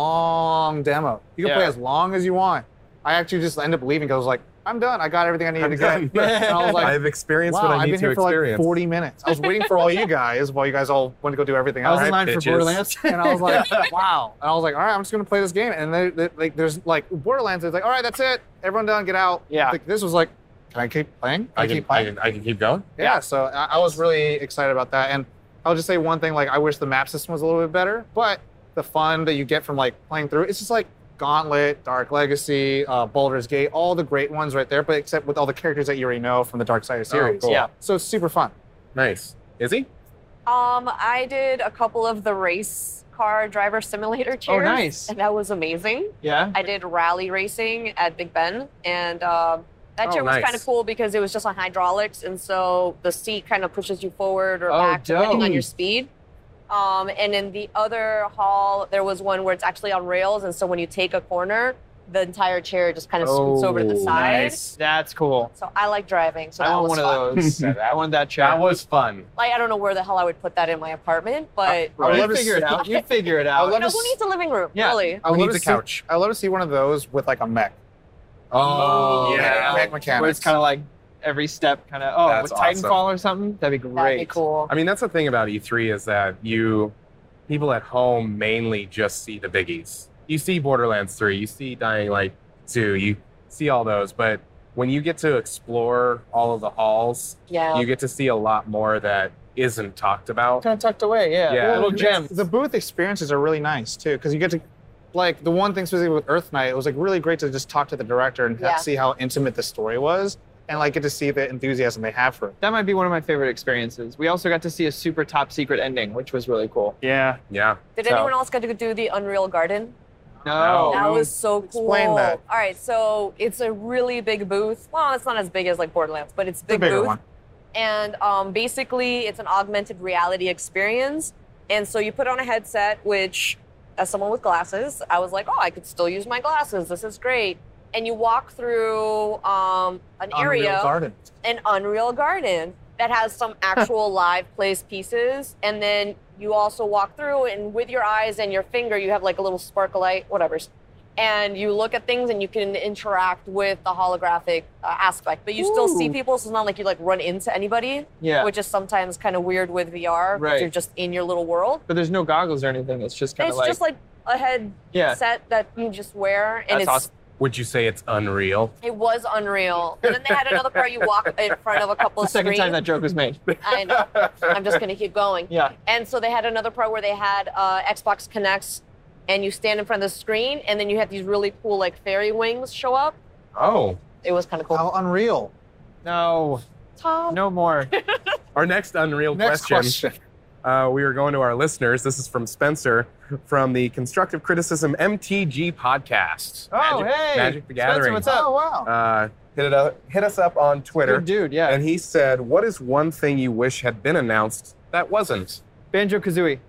Speaker 4: long demo. You can play
Speaker 3: Yeah.
Speaker 4: as long as you want. I actually just end up leaving because I was like, I'm done. I got everything I needed
Speaker 2: I'm
Speaker 4: to
Speaker 2: done.
Speaker 4: get. and I was like,
Speaker 2: I've experienced
Speaker 4: wow,
Speaker 2: what I
Speaker 4: I've
Speaker 2: need
Speaker 4: been
Speaker 2: to
Speaker 4: here for like
Speaker 2: experience.
Speaker 4: 40 minutes. I was waiting for all you guys while you guys all went to go do everything
Speaker 3: I
Speaker 4: else
Speaker 3: was in
Speaker 2: Alright,
Speaker 3: line
Speaker 2: bitches.
Speaker 3: for Borderlands.
Speaker 4: and I was like, wow. And I was like, all right, I'm just gonna play this game. And they, they, like, there's like Borderlands. It's like, all right, that's it. Everyone done, get out.
Speaker 3: Yeah.
Speaker 4: Like, this was like, can I keep playing? Can I,
Speaker 2: I can,
Speaker 4: keep
Speaker 2: I,
Speaker 4: playing.
Speaker 2: can, I can keep going.
Speaker 4: yeah. So I, I was really excited about that. And I'll just say one thing. Like, I wish the map system was a little bit better, but the fun that you get from like playing through it's just like Gauntlet, Dark Legacy, uh, Baldur's Gate, all the great ones right there. But except with all the characters that you already know from the Dark Side series.
Speaker 2: Oh, cool.
Speaker 3: Yeah.
Speaker 4: So it's super fun.
Speaker 2: Nice. Is he?
Speaker 5: Um, I did a couple of the race car driver simulator
Speaker 3: Oh,
Speaker 5: chairs.
Speaker 3: nice.
Speaker 5: And that was amazing.
Speaker 3: Yeah.
Speaker 5: I did rally racing at Big Ben, and um that
Speaker 2: Oh,
Speaker 5: chair was
Speaker 2: nice.
Speaker 5: kind of cool because it was just on hydraulics, and so the seat kind of pushes you forward or
Speaker 3: Oh,
Speaker 5: back depending
Speaker 3: dope.
Speaker 5: on your speed. Um, and in the other hall, there was one where it's actually on rails, and so when you take a corner, the entire chair just kind of scoots over to the
Speaker 2: Oh,
Speaker 5: side.
Speaker 6: nice.
Speaker 3: That's cool.
Speaker 5: So I like driving, so that
Speaker 3: I want
Speaker 5: was
Speaker 3: one
Speaker 5: fun.
Speaker 3: of those. I want that chair.
Speaker 2: was fun.
Speaker 5: Like I don't know where the hell I would put that in my apartment, but
Speaker 4: I would
Speaker 3: you
Speaker 4: love to
Speaker 3: figure it
Speaker 4: see-
Speaker 3: out. You figure it
Speaker 4: I
Speaker 3: out.
Speaker 4: would
Speaker 5: you
Speaker 4: love
Speaker 5: know,
Speaker 4: to
Speaker 5: who
Speaker 4: s-
Speaker 5: needs a living room?
Speaker 3: Yeah.
Speaker 5: Really?
Speaker 4: I would
Speaker 2: We need
Speaker 4: love to
Speaker 2: the
Speaker 4: see-
Speaker 2: couch.
Speaker 4: I love to see one of those with like a mech.
Speaker 2: Oh,
Speaker 6: Yeah.
Speaker 4: mech mechanics.
Speaker 3: Where it's kind of like every step, kind of oh,
Speaker 2: That's
Speaker 3: with
Speaker 2: awesome.
Speaker 3: Titanfall or something. That'd be great.
Speaker 5: That'd be cool.
Speaker 2: I mean, that's the thing about E3 is that you, people at home mainly just see the biggies. You see Borderlands 3, you see Dying Light 2, you see all those, but when you get to explore all of the halls,
Speaker 5: Yeah.
Speaker 2: you get to see a lot more that isn't talked about.
Speaker 4: kind of tucked away. Yeah,
Speaker 2: Yeah.
Speaker 3: Little
Speaker 4: gem.
Speaker 3: gems.
Speaker 4: The booth experiences are really nice too, because you get to, like, the one thing specifically with Earth Night, it was like really great to just talk to the director and
Speaker 5: Yeah.
Speaker 4: see how intimate the story was, and like get to see the enthusiasm they have for it.
Speaker 3: That might be one of my favorite experiences. We also got to see a super top secret ending, which was really cool.
Speaker 6: yeah.
Speaker 2: Yeah.
Speaker 5: Did
Speaker 2: So-
Speaker 5: anyone else get to do the Unreal Garden?
Speaker 3: Oh, No.
Speaker 5: That was so cool.
Speaker 4: Explain that.
Speaker 5: All right, so it's a really big booth. Well, it's not as big as like Borderlands, but it's a
Speaker 4: The
Speaker 5: big
Speaker 4: bigger
Speaker 5: booth.
Speaker 4: one.
Speaker 5: And um, basically, it's an augmented reality experience. And so you put on a headset, which, as someone with glasses, I was like, oh, I could still use my glasses. This is great. And you walk through um, an area
Speaker 4: Unreal Garden.
Speaker 5: an Unreal Garden that has some actual live place pieces. And then you also walk through, and with your eyes and your finger, you have like a little sparkle light, whatever. And you look at things and you can interact with the holographic uh, aspect, but you still see
Speaker 3: Ooh.
Speaker 5: people. So it's not like you like run into anybody,
Speaker 3: Yeah.
Speaker 5: which is sometimes kind of weird with VR. 'cause
Speaker 3: Right.
Speaker 5: You're just in your little world.
Speaker 3: but there's no goggles or anything. It's just kind
Speaker 5: It's
Speaker 3: of like,
Speaker 5: just like a headset
Speaker 3: yeah.
Speaker 5: that you just wear, and
Speaker 3: That's
Speaker 5: it's
Speaker 3: awesome.
Speaker 2: Would you say it's unreal?
Speaker 5: it was unreal. And then they had another part you walk in front of a couple
Speaker 3: The
Speaker 5: of
Speaker 3: second
Speaker 5: screens.
Speaker 3: time that joke was made.
Speaker 5: I know. I'm just gonna keep going.
Speaker 3: Yeah.
Speaker 5: And so they had another part where they had uh, Xbox Connects, and you stand in front of the screen, and then you had these really cool like fairy wings show up.
Speaker 2: Oh.
Speaker 5: It was kind of cool.
Speaker 4: How unreal.
Speaker 3: No.
Speaker 5: Tom,
Speaker 3: No more.
Speaker 2: Our next unreal
Speaker 4: Next
Speaker 2: question.
Speaker 4: question.
Speaker 2: Uh, we are going to our listeners. This is from Spencer from the Constructive Criticism MTG podcast.
Speaker 3: Oh,
Speaker 2: Magic,
Speaker 3: hey.
Speaker 2: Magic the
Speaker 3: Spencer,
Speaker 2: Gathering.
Speaker 3: what's up?
Speaker 4: Oh wow.
Speaker 2: Uh, hit, it up, hit us up on Twitter.
Speaker 3: Good dude. Yeah.
Speaker 2: And he said, What is one thing you wish had been announced that wasn't?
Speaker 3: Banjo Kazooie.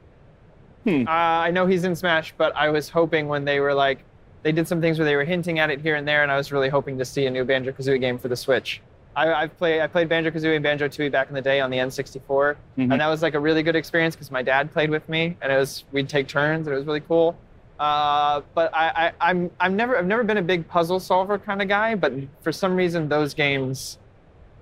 Speaker 6: Hmm.
Speaker 3: Uh, I know he's in Smash, but I was hoping when they were like, They did some things where they were hinting at it here and there, and I was really hoping to see a new Banjo Kazooie game for the Switch. I, I've played I played Banjo Kazooie and Banjo Tooie back in the day on the N64,
Speaker 6: Mhm.
Speaker 3: and that was like a really good experience because my dad played with me, and it was we'd take turns, and it was really cool. Uh, but I, I, I'm I'm never I've never been a big puzzle solver kind of guy, but for some reason those games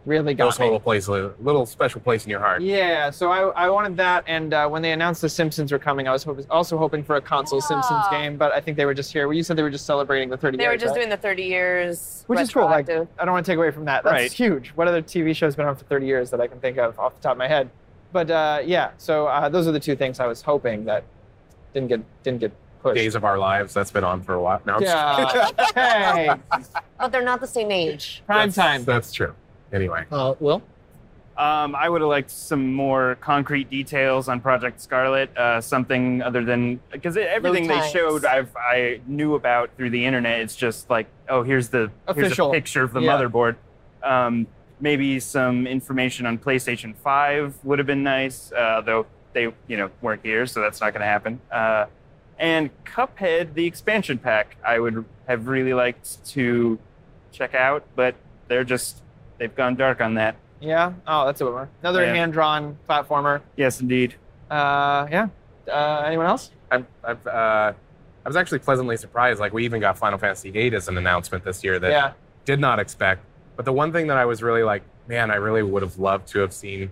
Speaker 3: really got
Speaker 2: Those
Speaker 3: me.
Speaker 2: little place, little special place in your heart.
Speaker 3: Yeah, so I, I wanted that, and uh, when they announced the Simpsons were coming, I was hoping, also hoping for a console
Speaker 5: Yeah.
Speaker 3: Simpsons game, but I think they were just here. Well, you said they were just celebrating the 30
Speaker 5: They
Speaker 3: years.
Speaker 5: were just
Speaker 3: right?
Speaker 5: doing the 30 years.
Speaker 3: Which is cool, like-
Speaker 5: retroactive.
Speaker 3: I don't want to take away from that. That's
Speaker 6: Right.
Speaker 3: huge. What other TV show's been on for 30 years that I can think of off the top of my head? But uh, yeah, so uh, those are the two things I was hoping that didn't get didn't get pushed.
Speaker 2: Days of Our Lives. That's been on for a while now.
Speaker 3: yeah. hey,
Speaker 5: but Oh, they're not the same age.
Speaker 3: prime
Speaker 2: That's-
Speaker 3: time.
Speaker 2: That's true. Anyway,
Speaker 4: Uh, Will?
Speaker 6: Um, I would have liked some more concrete details on Project Scarlet, uh, something other than because everything they
Speaker 5: times.
Speaker 6: showed, I've I knew about through the internet. It's just like, oh, here's the
Speaker 3: Official.
Speaker 6: here's a picture of the
Speaker 3: Yeah.
Speaker 6: motherboard. Um, maybe some information on PlayStation Five would have been nice, uh, though they you know weren't here, so that's not going to happen. Uh, and Cuphead, the expansion pack, I would have really liked to check out, but they're just they've gone dark on that.
Speaker 3: Yeah. Oh, that's a bummer. Another
Speaker 6: Yeah.
Speaker 3: hand drawn platformer.
Speaker 6: Yes, indeed.
Speaker 3: Uh, yeah. Uh, anyone else?
Speaker 2: I've, I've, uh, I was actually pleasantly surprised. Like we even got Final Fantasy VIII as an announcement this year that
Speaker 3: yeah.
Speaker 2: did not expect. But the one thing that I was really like, man, I really would have loved to have seen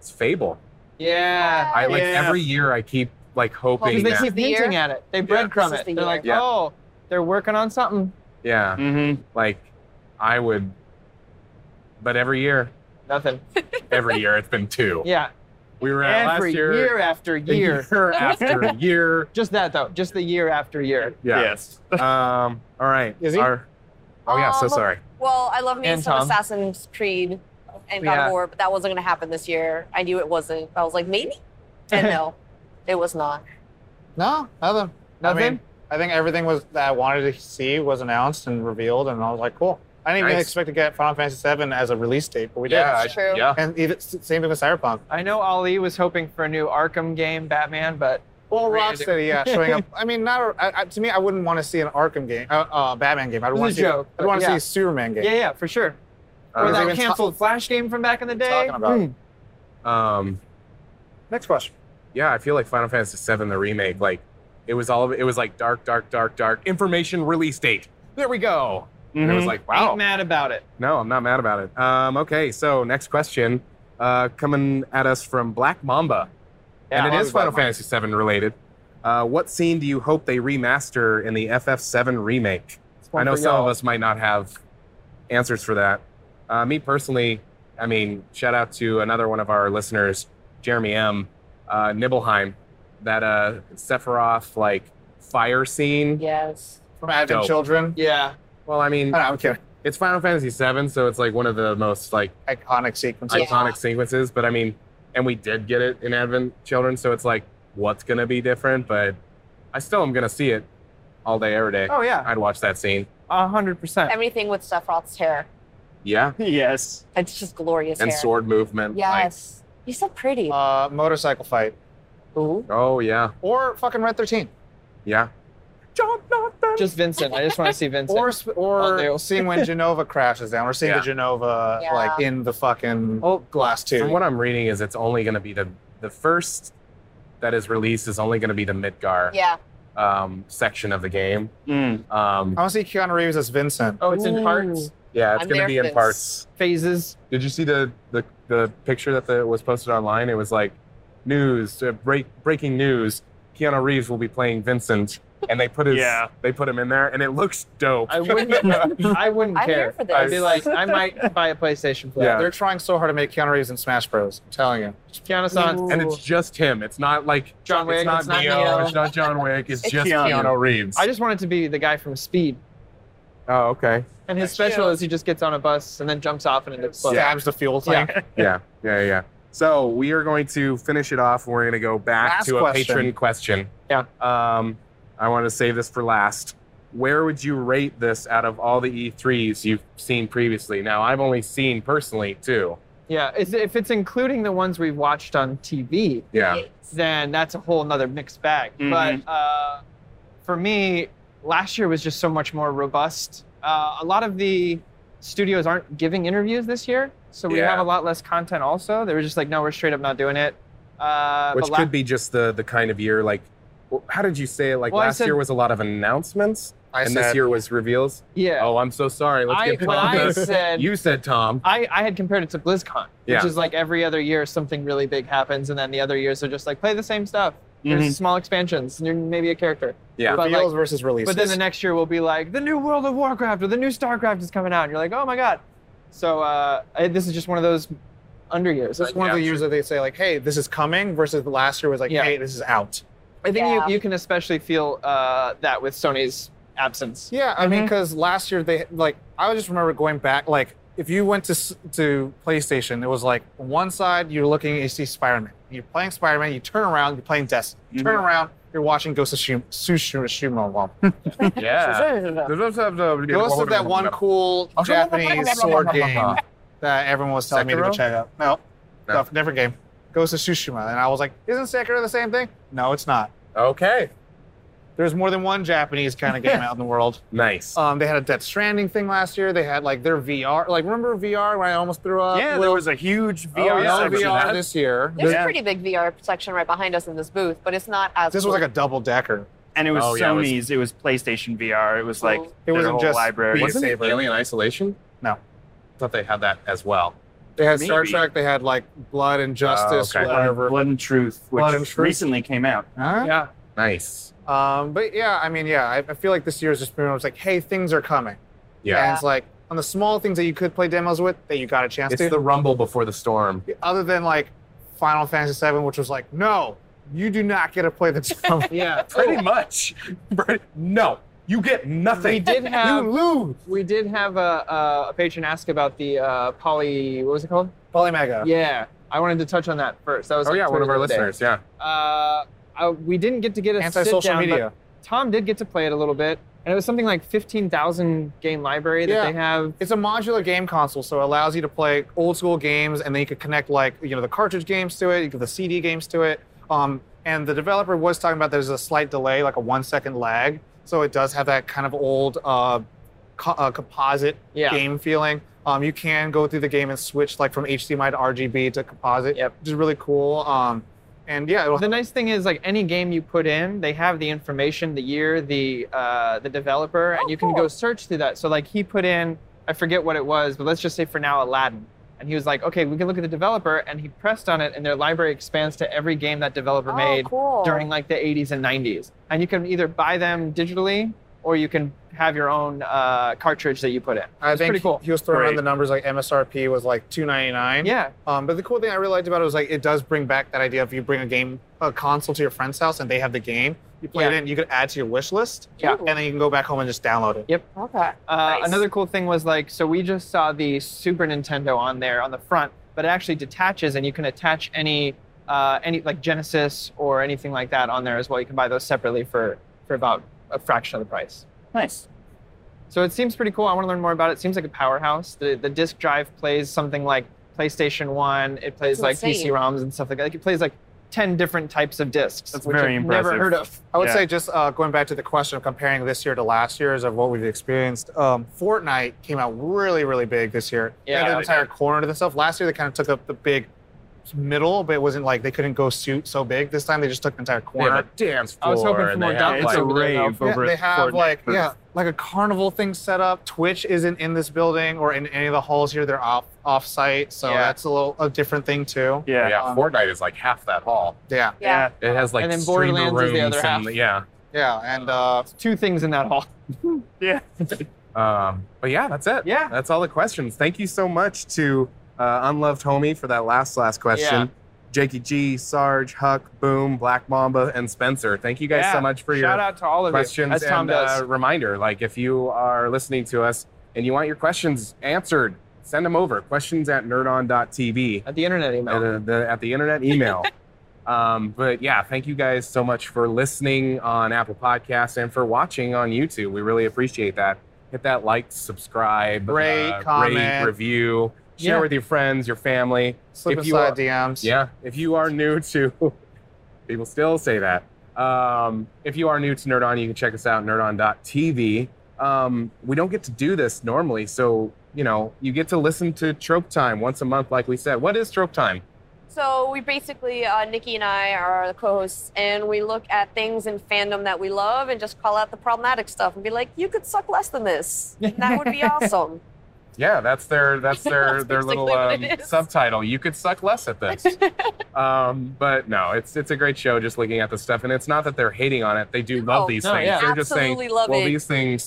Speaker 2: is Fable.
Speaker 3: Yeah.
Speaker 2: I like
Speaker 6: Yeah.
Speaker 2: every year I keep like hoping
Speaker 3: Because they
Speaker 2: that,
Speaker 3: keep
Speaker 5: the
Speaker 3: hinting
Speaker 5: year.
Speaker 3: at it. They breadcrumb
Speaker 5: This
Speaker 3: it.
Speaker 5: is the
Speaker 3: They're
Speaker 5: year.
Speaker 3: like,
Speaker 2: Yeah.
Speaker 3: oh, they're working on something.
Speaker 2: yeah,
Speaker 6: hmm
Speaker 2: like I would. But every year,
Speaker 3: Nothing.
Speaker 2: every year it's been two.
Speaker 3: Yeah.
Speaker 2: We were at
Speaker 3: Every
Speaker 2: last year,
Speaker 3: year, after
Speaker 2: a
Speaker 3: year.
Speaker 2: year after year.
Speaker 3: Just that though. Just the year after year.
Speaker 2: Yeah.
Speaker 6: Yes.
Speaker 2: Um. All right.
Speaker 4: Is he?
Speaker 2: Our- oh yeah. So
Speaker 5: Um,
Speaker 2: sorry.
Speaker 5: Well, I love me
Speaker 3: And
Speaker 5: some
Speaker 3: Tom.
Speaker 5: Assassin's Creed and God
Speaker 3: Yeah.
Speaker 5: of War, but that wasn't going to happen this year. I knew it wasn't. I was like, maybe? And no, it was not.
Speaker 4: No, nothing.
Speaker 3: Nothing?
Speaker 4: I, mean, I think everything was that I wanted to see was announced and revealed, and I was like, cool. I didn't even
Speaker 2: Nice.
Speaker 4: expect to get Final Fantasy VII as a release date, but we
Speaker 2: yeah.
Speaker 5: That's
Speaker 2: I-
Speaker 5: true.
Speaker 2: Yeah.
Speaker 4: did. And even, s- same thing with Cyberpunk.
Speaker 3: I know Ali was hoping for a new Arkham game, Batman, but
Speaker 4: Well,
Speaker 3: Right.
Speaker 4: Rocksteady, yeah, showing up. I mean, not I, I, to me. I wouldn't want to see an Arkham game, uh, uh, Batman game. I'd
Speaker 3: This
Speaker 4: want
Speaker 3: is
Speaker 4: to
Speaker 3: a
Speaker 4: see.
Speaker 3: joke,
Speaker 4: I'd want
Speaker 3: but
Speaker 4: to see
Speaker 3: yeah.
Speaker 4: a Superman game.
Speaker 3: yeah, yeah, for sure. Or
Speaker 4: Uh,
Speaker 3: that
Speaker 4: even ta-
Speaker 3: canceled Flash game from back in the day.
Speaker 4: Talking about
Speaker 3: Hmm.
Speaker 4: it.
Speaker 2: Um.
Speaker 4: Next question.
Speaker 2: Yeah. I feel like Final Fantasy VII, the remake, like it was all of it was like dark, dark, dark, dark information release date. There we go. And it was
Speaker 6: Mhm.
Speaker 2: like,
Speaker 3: Ain't
Speaker 2: wow.
Speaker 3: mad about it.
Speaker 2: No, I'm not mad about it. Um, okay, so next question uh, coming at us from Black Mamba. and it
Speaker 4: I
Speaker 2: is
Speaker 4: love Black
Speaker 2: Final Fantasy VII related. Uh, what scene do you hope they remaster in the FF7 remake?
Speaker 3: It's
Speaker 2: I
Speaker 3: one
Speaker 2: know
Speaker 3: for
Speaker 2: some of
Speaker 3: y'all.
Speaker 2: us might not have answers for that. Uh, me personally, I mean, shout out to another one of our listeners, Jeremy M. Uh, Nibelheim, that uh, Sephiroth like fire scene.
Speaker 5: Yes.
Speaker 4: From Advent
Speaker 2: Dope.
Speaker 4: Children.
Speaker 3: Yeah.
Speaker 2: Well, I mean,
Speaker 3: Uh,
Speaker 4: No, no, I'm kidding.
Speaker 2: it's Final Fantasy VII, so it's like one of the most like
Speaker 4: Iconic sequences.
Speaker 5: Yeah.
Speaker 2: iconic sequences, but I mean, and we did get it in Advent Children, so it's like, what's gonna be different? But I still am gonna see it all day, every day.
Speaker 3: Oh yeah.
Speaker 2: I'd watch that scene.
Speaker 3: A hundred percent.
Speaker 5: Everything with Sephiroth's hair.
Speaker 2: Yeah,
Speaker 6: yes.
Speaker 5: It's just glorious
Speaker 2: and
Speaker 5: hair.
Speaker 2: sword movement. like-
Speaker 5: Yes. He's so pretty.
Speaker 4: Uh, motorcycle fight
Speaker 5: Ooh.
Speaker 2: oh yeah,
Speaker 4: or fucking Red Thirteen
Speaker 2: yeah.
Speaker 3: Just Vincent. I just want to see Vincent.
Speaker 4: or sp- or
Speaker 3: Oh, ew.
Speaker 4: seeing when Genova crashes down or seeing
Speaker 2: Yeah.
Speaker 4: the Genova
Speaker 5: Yeah.
Speaker 4: like in the fucking
Speaker 2: Oh,
Speaker 4: glass tube.
Speaker 2: From what I'm reading, is it's only gonna be the the first that is released is only gonna be the Midgar
Speaker 5: Yeah.
Speaker 2: um, section of the game.
Speaker 6: Mm.
Speaker 2: Um,
Speaker 4: I want to see Keanu Reeves as Vincent.
Speaker 3: oh, it's in
Speaker 5: Ooh.
Speaker 3: parts,
Speaker 2: yeah, it's
Speaker 5: Oh, I'm
Speaker 2: gonna
Speaker 5: there
Speaker 2: be
Speaker 5: for
Speaker 2: in
Speaker 5: this.
Speaker 2: parts.
Speaker 3: phases.
Speaker 2: Did you see the the, the picture that the, was posted online? It was like news, uh, break, breaking news. Keanu Reeves will be playing Vincent, and they put his
Speaker 6: Yeah.
Speaker 2: they put him in there, and it looks dope.
Speaker 3: I wouldn't. I wouldn't
Speaker 5: I'm
Speaker 3: care.
Speaker 5: here for this.
Speaker 3: I'd be like, I might buy a PlayStation for
Speaker 2: Yeah.
Speaker 3: that.
Speaker 4: They're trying so hard to make Keanu Reeves in Smash Bros. I'm telling you.
Speaker 3: Keanu San.
Speaker 2: and it's just him. It's not like
Speaker 3: John Wick,
Speaker 2: It's not,
Speaker 3: it's not
Speaker 2: Neo,
Speaker 3: Neo.
Speaker 2: It's not John Wick. It's,
Speaker 5: It's
Speaker 2: just
Speaker 6: Keanu.
Speaker 2: Keanu, Reeves.
Speaker 3: I just wanted to be the guy from Speed.
Speaker 2: oh, okay.
Speaker 3: And his
Speaker 5: That's
Speaker 3: special
Speaker 5: cute.
Speaker 3: is he just gets on a bus and then jumps off and it explodes.
Speaker 4: Stabs the fuel tank.
Speaker 2: Yeah, yeah, yeah. So we are going to finish it off. We're going to go back
Speaker 4: Last
Speaker 2: to a
Speaker 4: question.
Speaker 2: patron question.
Speaker 3: Yeah.
Speaker 2: Um, I want to save this for last. Where would you rate this out of all the E3s you've seen previously? Now I've only seen personally two.
Speaker 3: Yeah, is- if it's including the ones we've watched on TV,
Speaker 2: Yeah. Mm-hmm.
Speaker 3: then that's a whole nother mixed bag.
Speaker 6: Mhm.
Speaker 3: But uh, for me, last year was just so much more robust. Uh, a lot of the studios aren't giving interviews this year, so we
Speaker 2: Yeah.
Speaker 3: have a lot less content. Also, they were just like, no, we're straight up not doing it. Uh,
Speaker 2: which
Speaker 3: but la-
Speaker 2: could be just the the kind of year like w- how did you say it like
Speaker 3: Well, I
Speaker 2: last
Speaker 3: said-
Speaker 2: year was a lot of announcements
Speaker 4: I
Speaker 2: and
Speaker 4: said,
Speaker 2: this year was reveals
Speaker 3: yeah.
Speaker 2: oh i'm so sorry let's
Speaker 3: I,
Speaker 2: get
Speaker 3: when
Speaker 2: tom
Speaker 3: I
Speaker 2: this.
Speaker 3: said
Speaker 2: you said tom
Speaker 3: I, I had compared it to BlizzCon,
Speaker 2: Yeah.
Speaker 3: which is like every other year something really big happens, and then the other years are just like play the same stuff. There's
Speaker 6: Mhm.
Speaker 3: small expansions, and you're maybe a character.
Speaker 2: Mm-hmm. Yeah.
Speaker 3: but,
Speaker 4: reveals
Speaker 3: like,
Speaker 4: versus releases.
Speaker 3: but then the next year will be like the new World of Warcraft or the new StarCraft is coming out, and you're like, oh my god. So uh, I, this is just one of those under years.
Speaker 4: That's one of the
Speaker 2: Yeah.
Speaker 4: years that they say like, "Hey, this is coming," versus the last year was like,
Speaker 3: Yeah.
Speaker 4: "Hey, this is out."
Speaker 3: I think
Speaker 5: Yeah.
Speaker 3: you, you can especially feel uh, that with Sony's absence.
Speaker 4: Yeah, I mean,
Speaker 3: Mhm.
Speaker 4: because last year they like, I just remember going back. Like, if you went to s- to PlayStation, it was like one side you're looking, you see Spider Man, you're playing Spider Man, you turn around, you're playing Destiny, You turn around, you're watching Ghost of Tsushima. Tsushima well,
Speaker 2: yeah
Speaker 4: Ghost of that one cool Japanese sword game that everyone was telling me to
Speaker 2: Sekiro?
Speaker 4: go check out. No,
Speaker 2: No.
Speaker 4: no, different game. Ghost of Tsushima, and I was like, "Isn't Sekiro the same thing?" No, it's not.
Speaker 2: okay
Speaker 4: There's more than one Japanese kind of game out in the world.
Speaker 2: nice
Speaker 4: Um, they had a Death Stranding thing last year. They had like their VR. Like remember VR when I almost threw up?
Speaker 6: yeah, there
Speaker 4: Well,
Speaker 6: was a huge
Speaker 2: Oh,
Speaker 6: VR.
Speaker 4: no
Speaker 2: yeah, I remember
Speaker 6: section.
Speaker 4: VR
Speaker 2: that.
Speaker 4: this year.
Speaker 5: There's
Speaker 6: Yeah.
Speaker 5: a pretty big VR section right behind us in this booth, but it's not as.
Speaker 4: This was like a double decker.
Speaker 6: and it was
Speaker 2: Oh, yeah, it was-
Speaker 6: Sony's. It was, PlayStation VR. It was like
Speaker 5: It
Speaker 6: their
Speaker 4: Oh. wasn't
Speaker 6: whole
Speaker 4: just-
Speaker 6: library.
Speaker 2: wasn't it
Speaker 4: Saber.
Speaker 2: alien isolation
Speaker 4: No.
Speaker 2: i thought they had that as well
Speaker 4: They had Star
Speaker 6: Maybe.
Speaker 4: Trek. They had like Blood and Justice,
Speaker 2: okay.
Speaker 6: Blood,
Speaker 4: whatever.
Speaker 6: Blood and Truth, which
Speaker 4: Blood and Truth.
Speaker 6: recently came out.
Speaker 4: Huh?
Speaker 3: Yeah.
Speaker 2: nice
Speaker 4: Um, but yeah, I mean, yeah, I, I feel like this year is just pretty much like, hey, things are coming.
Speaker 2: yeah,
Speaker 4: And it's like on the small things that you could play demos with that you got a chance
Speaker 2: it's
Speaker 4: to.
Speaker 2: the rumble before the storm
Speaker 4: Other than like Final Fantasy VII, which was like, no, you do not get to play the demo.
Speaker 3: Yeah.
Speaker 2: pretty much Pretty- no you get nothing
Speaker 3: We did have-
Speaker 2: you lose
Speaker 3: We did have a, a, a patron ask about the uh, poly. What was it called?
Speaker 4: Polymega.
Speaker 3: Yeah. I wanted to touch on that first. That was
Speaker 2: oh
Speaker 3: like
Speaker 2: yeah one of
Speaker 3: Twitter
Speaker 2: our
Speaker 3: the other day.
Speaker 2: listeners yeah
Speaker 3: uh, I, we didn't get to get a
Speaker 4: Anti-social
Speaker 3: sit down,
Speaker 4: media.
Speaker 3: But Tom did get to play it a little bit, and it was something like fifteen thousand game library that
Speaker 4: Yeah.
Speaker 3: they have.
Speaker 4: It's a modular game console, so it allows you to play old school games, and then you could connect like you know the cartridge games to it, you could the CD games to it. Um, and the developer was talking about there's a slight delay, like a one second lag, so it does have that kind of old uh, co- uh, composite
Speaker 3: Yeah.
Speaker 4: game feeling. Um, you can go through the game and switch like from HDMI to RGB to composite,
Speaker 3: Yep.
Speaker 4: which is really cool. Um, and yeah, it'll,
Speaker 3: The nice thing is, like any game you put in, they have the information, the year, the uh, the developer, and
Speaker 5: Oh,
Speaker 3: you can go
Speaker 5: cool.
Speaker 3: search through that. So like he put in, I forget what it was, but let's just say for now Aladdin, and he was like, okay, we can look at the developer, and he pressed on it, and their library expands to every game that developer
Speaker 5: oh,
Speaker 3: made
Speaker 5: cool.
Speaker 3: during like the 80s and 90s, and you can either buy them digitally or you can have your own uh, cartridge that you put in.
Speaker 4: I
Speaker 3: It's
Speaker 4: think
Speaker 3: pretty cool.
Speaker 4: he was throwing around
Speaker 6: Great.
Speaker 4: the numbers like MSRP was like two ninety nine.
Speaker 3: Yeah,
Speaker 4: Um, but the cool thing I really liked about it was like it does bring back that idea of you bring a game, a console to your friend's house, and they have the game. You play it
Speaker 3: Yeah.
Speaker 4: in, you could add to your wish list,
Speaker 3: Yeah.
Speaker 4: and then you can go back home and just download it.
Speaker 5: Okay.
Speaker 3: Uh,
Speaker 5: Nice.
Speaker 3: Another cool thing was like, so we just saw the Super Nintendo on there on the front, but it actually detaches and you can attach any, uh, any like Genesis or anything like that on there as well. You can buy those separately for for about a fraction of the price.
Speaker 6: Nice.
Speaker 3: So it seems pretty cool. I want to learn more about it. it seems like a powerhouse. The the disc drive plays something like PlayStation One. It plays
Speaker 5: That's
Speaker 3: like PC
Speaker 5: insane.
Speaker 3: ROMs and stuff like that. Like, it plays like ten different types of discs,
Speaker 6: That's
Speaker 3: which
Speaker 6: very
Speaker 3: I've
Speaker 6: impressive.
Speaker 3: never heard of.
Speaker 4: I would
Speaker 6: Yeah.
Speaker 4: say just uh, going back to the question of comparing this year to last year's of what we've experienced. Um, Fortnite came out really, really big this year. They had
Speaker 3: Yeah,
Speaker 4: an
Speaker 3: they
Speaker 4: entire corner to themselves. Last year they kind of took up the big middle, but it wasn't like they couldn't go suit so big. This time they just took an entire
Speaker 2: they have
Speaker 4: corner.
Speaker 2: a dance floor
Speaker 3: I was hoping for
Speaker 2: and
Speaker 3: more
Speaker 2: they have,
Speaker 3: dance
Speaker 6: it's a
Speaker 3: over there, though.
Speaker 6: rave
Speaker 4: Yeah,
Speaker 6: over
Speaker 4: they
Speaker 6: at
Speaker 4: have
Speaker 6: Fortnite
Speaker 4: like
Speaker 6: booth.
Speaker 4: yeah, like a carnival thing set up. Twitch isn't in this building or in any of the halls here. They're off off site, so
Speaker 3: Yeah.
Speaker 4: that's a little a different thing too.
Speaker 6: Yeah.
Speaker 2: yeah, Fortnite is like half that hall.
Speaker 4: Yeah,
Speaker 5: Yeah.
Speaker 2: It has like
Speaker 3: And then
Speaker 2: streamer
Speaker 3: Borderlands is the
Speaker 2: rooms
Speaker 3: other
Speaker 2: and-
Speaker 3: half.
Speaker 2: yeah.
Speaker 4: yeah, and uh,
Speaker 3: Two things in that hall.
Speaker 6: Yeah.
Speaker 2: Um, but yeah, that's it.
Speaker 3: Yeah.
Speaker 2: That's all the questions. Thank you so much to uh, Unloved Homie for that last, last question.
Speaker 3: Yeah.
Speaker 2: Jakey G, Sarge, Huck, Boom, Black Mamba, and Spencer. Thank you guys
Speaker 3: Yeah.
Speaker 2: so much for your
Speaker 3: Shout out to all of
Speaker 2: questions
Speaker 3: you. As Tom
Speaker 2: and
Speaker 3: does.
Speaker 2: Uh, reminder like if you are listening to us and you want your questions answered send them over questions at nerdon.tv
Speaker 3: at the internet email.
Speaker 2: at, uh, the, at the internet email um, but yeah thank you guys so much for listening on apple podcasts and for watching on youtube we really appreciate that hit that like subscribe uh,
Speaker 4: Rate,
Speaker 2: rate,
Speaker 4: comment.
Speaker 2: review share
Speaker 3: Yeah.
Speaker 2: with your friends your family
Speaker 4: slip
Speaker 2: If you
Speaker 4: inside
Speaker 2: are-
Speaker 4: DMs.
Speaker 2: yeah if you are new to people still say that Um, if you are new to NerdOn, you can check us out nerdon.tv. Um, we don't get to do this normally, so you know you get to listen to Trope Time once a month, like we said. What is Trope Time?
Speaker 5: So we basically, uh, Nikki and I are the co-hosts, and we look at things in fandom that we love and just call out the problematic stuff and be like, "You could suck less than this. That would be awesome."
Speaker 2: Yeah, that's their that's their
Speaker 5: That's
Speaker 2: their little
Speaker 5: basically
Speaker 2: um,
Speaker 5: what it is.
Speaker 2: subtitle. You could suck less at this, um, but no, it's it's a great show. Just looking at the stuff, and it's not that they're hating on it. They do
Speaker 5: No,
Speaker 2: love these
Speaker 3: no,
Speaker 2: things.
Speaker 3: yeah.
Speaker 2: They're just saying,
Speaker 5: Oh, Absolutely love
Speaker 2: well,
Speaker 5: it.
Speaker 2: these things,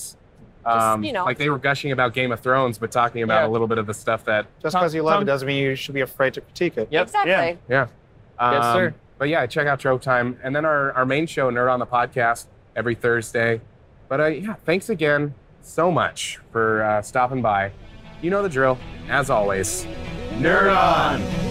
Speaker 5: Just,
Speaker 2: um,
Speaker 5: you know.
Speaker 2: like they were gushing about Game of Thrones, but talking about
Speaker 3: Yeah.
Speaker 2: a little bit of the stuff that
Speaker 4: Just
Speaker 3: Tom-
Speaker 4: because you love
Speaker 3: Tom-
Speaker 4: it doesn't mean you should be afraid to critique it.
Speaker 3: Yeah. Yep.
Speaker 5: Exactly.
Speaker 6: Yeah.
Speaker 2: Um,
Speaker 3: Yes, sir.
Speaker 2: But yeah, check out Trope Time. And then our, our main show, Nerd on the Podcast, every Thursday. But uh, yeah, thanks again so much for uh, stopping by. You know the drill. As always, Nerd On!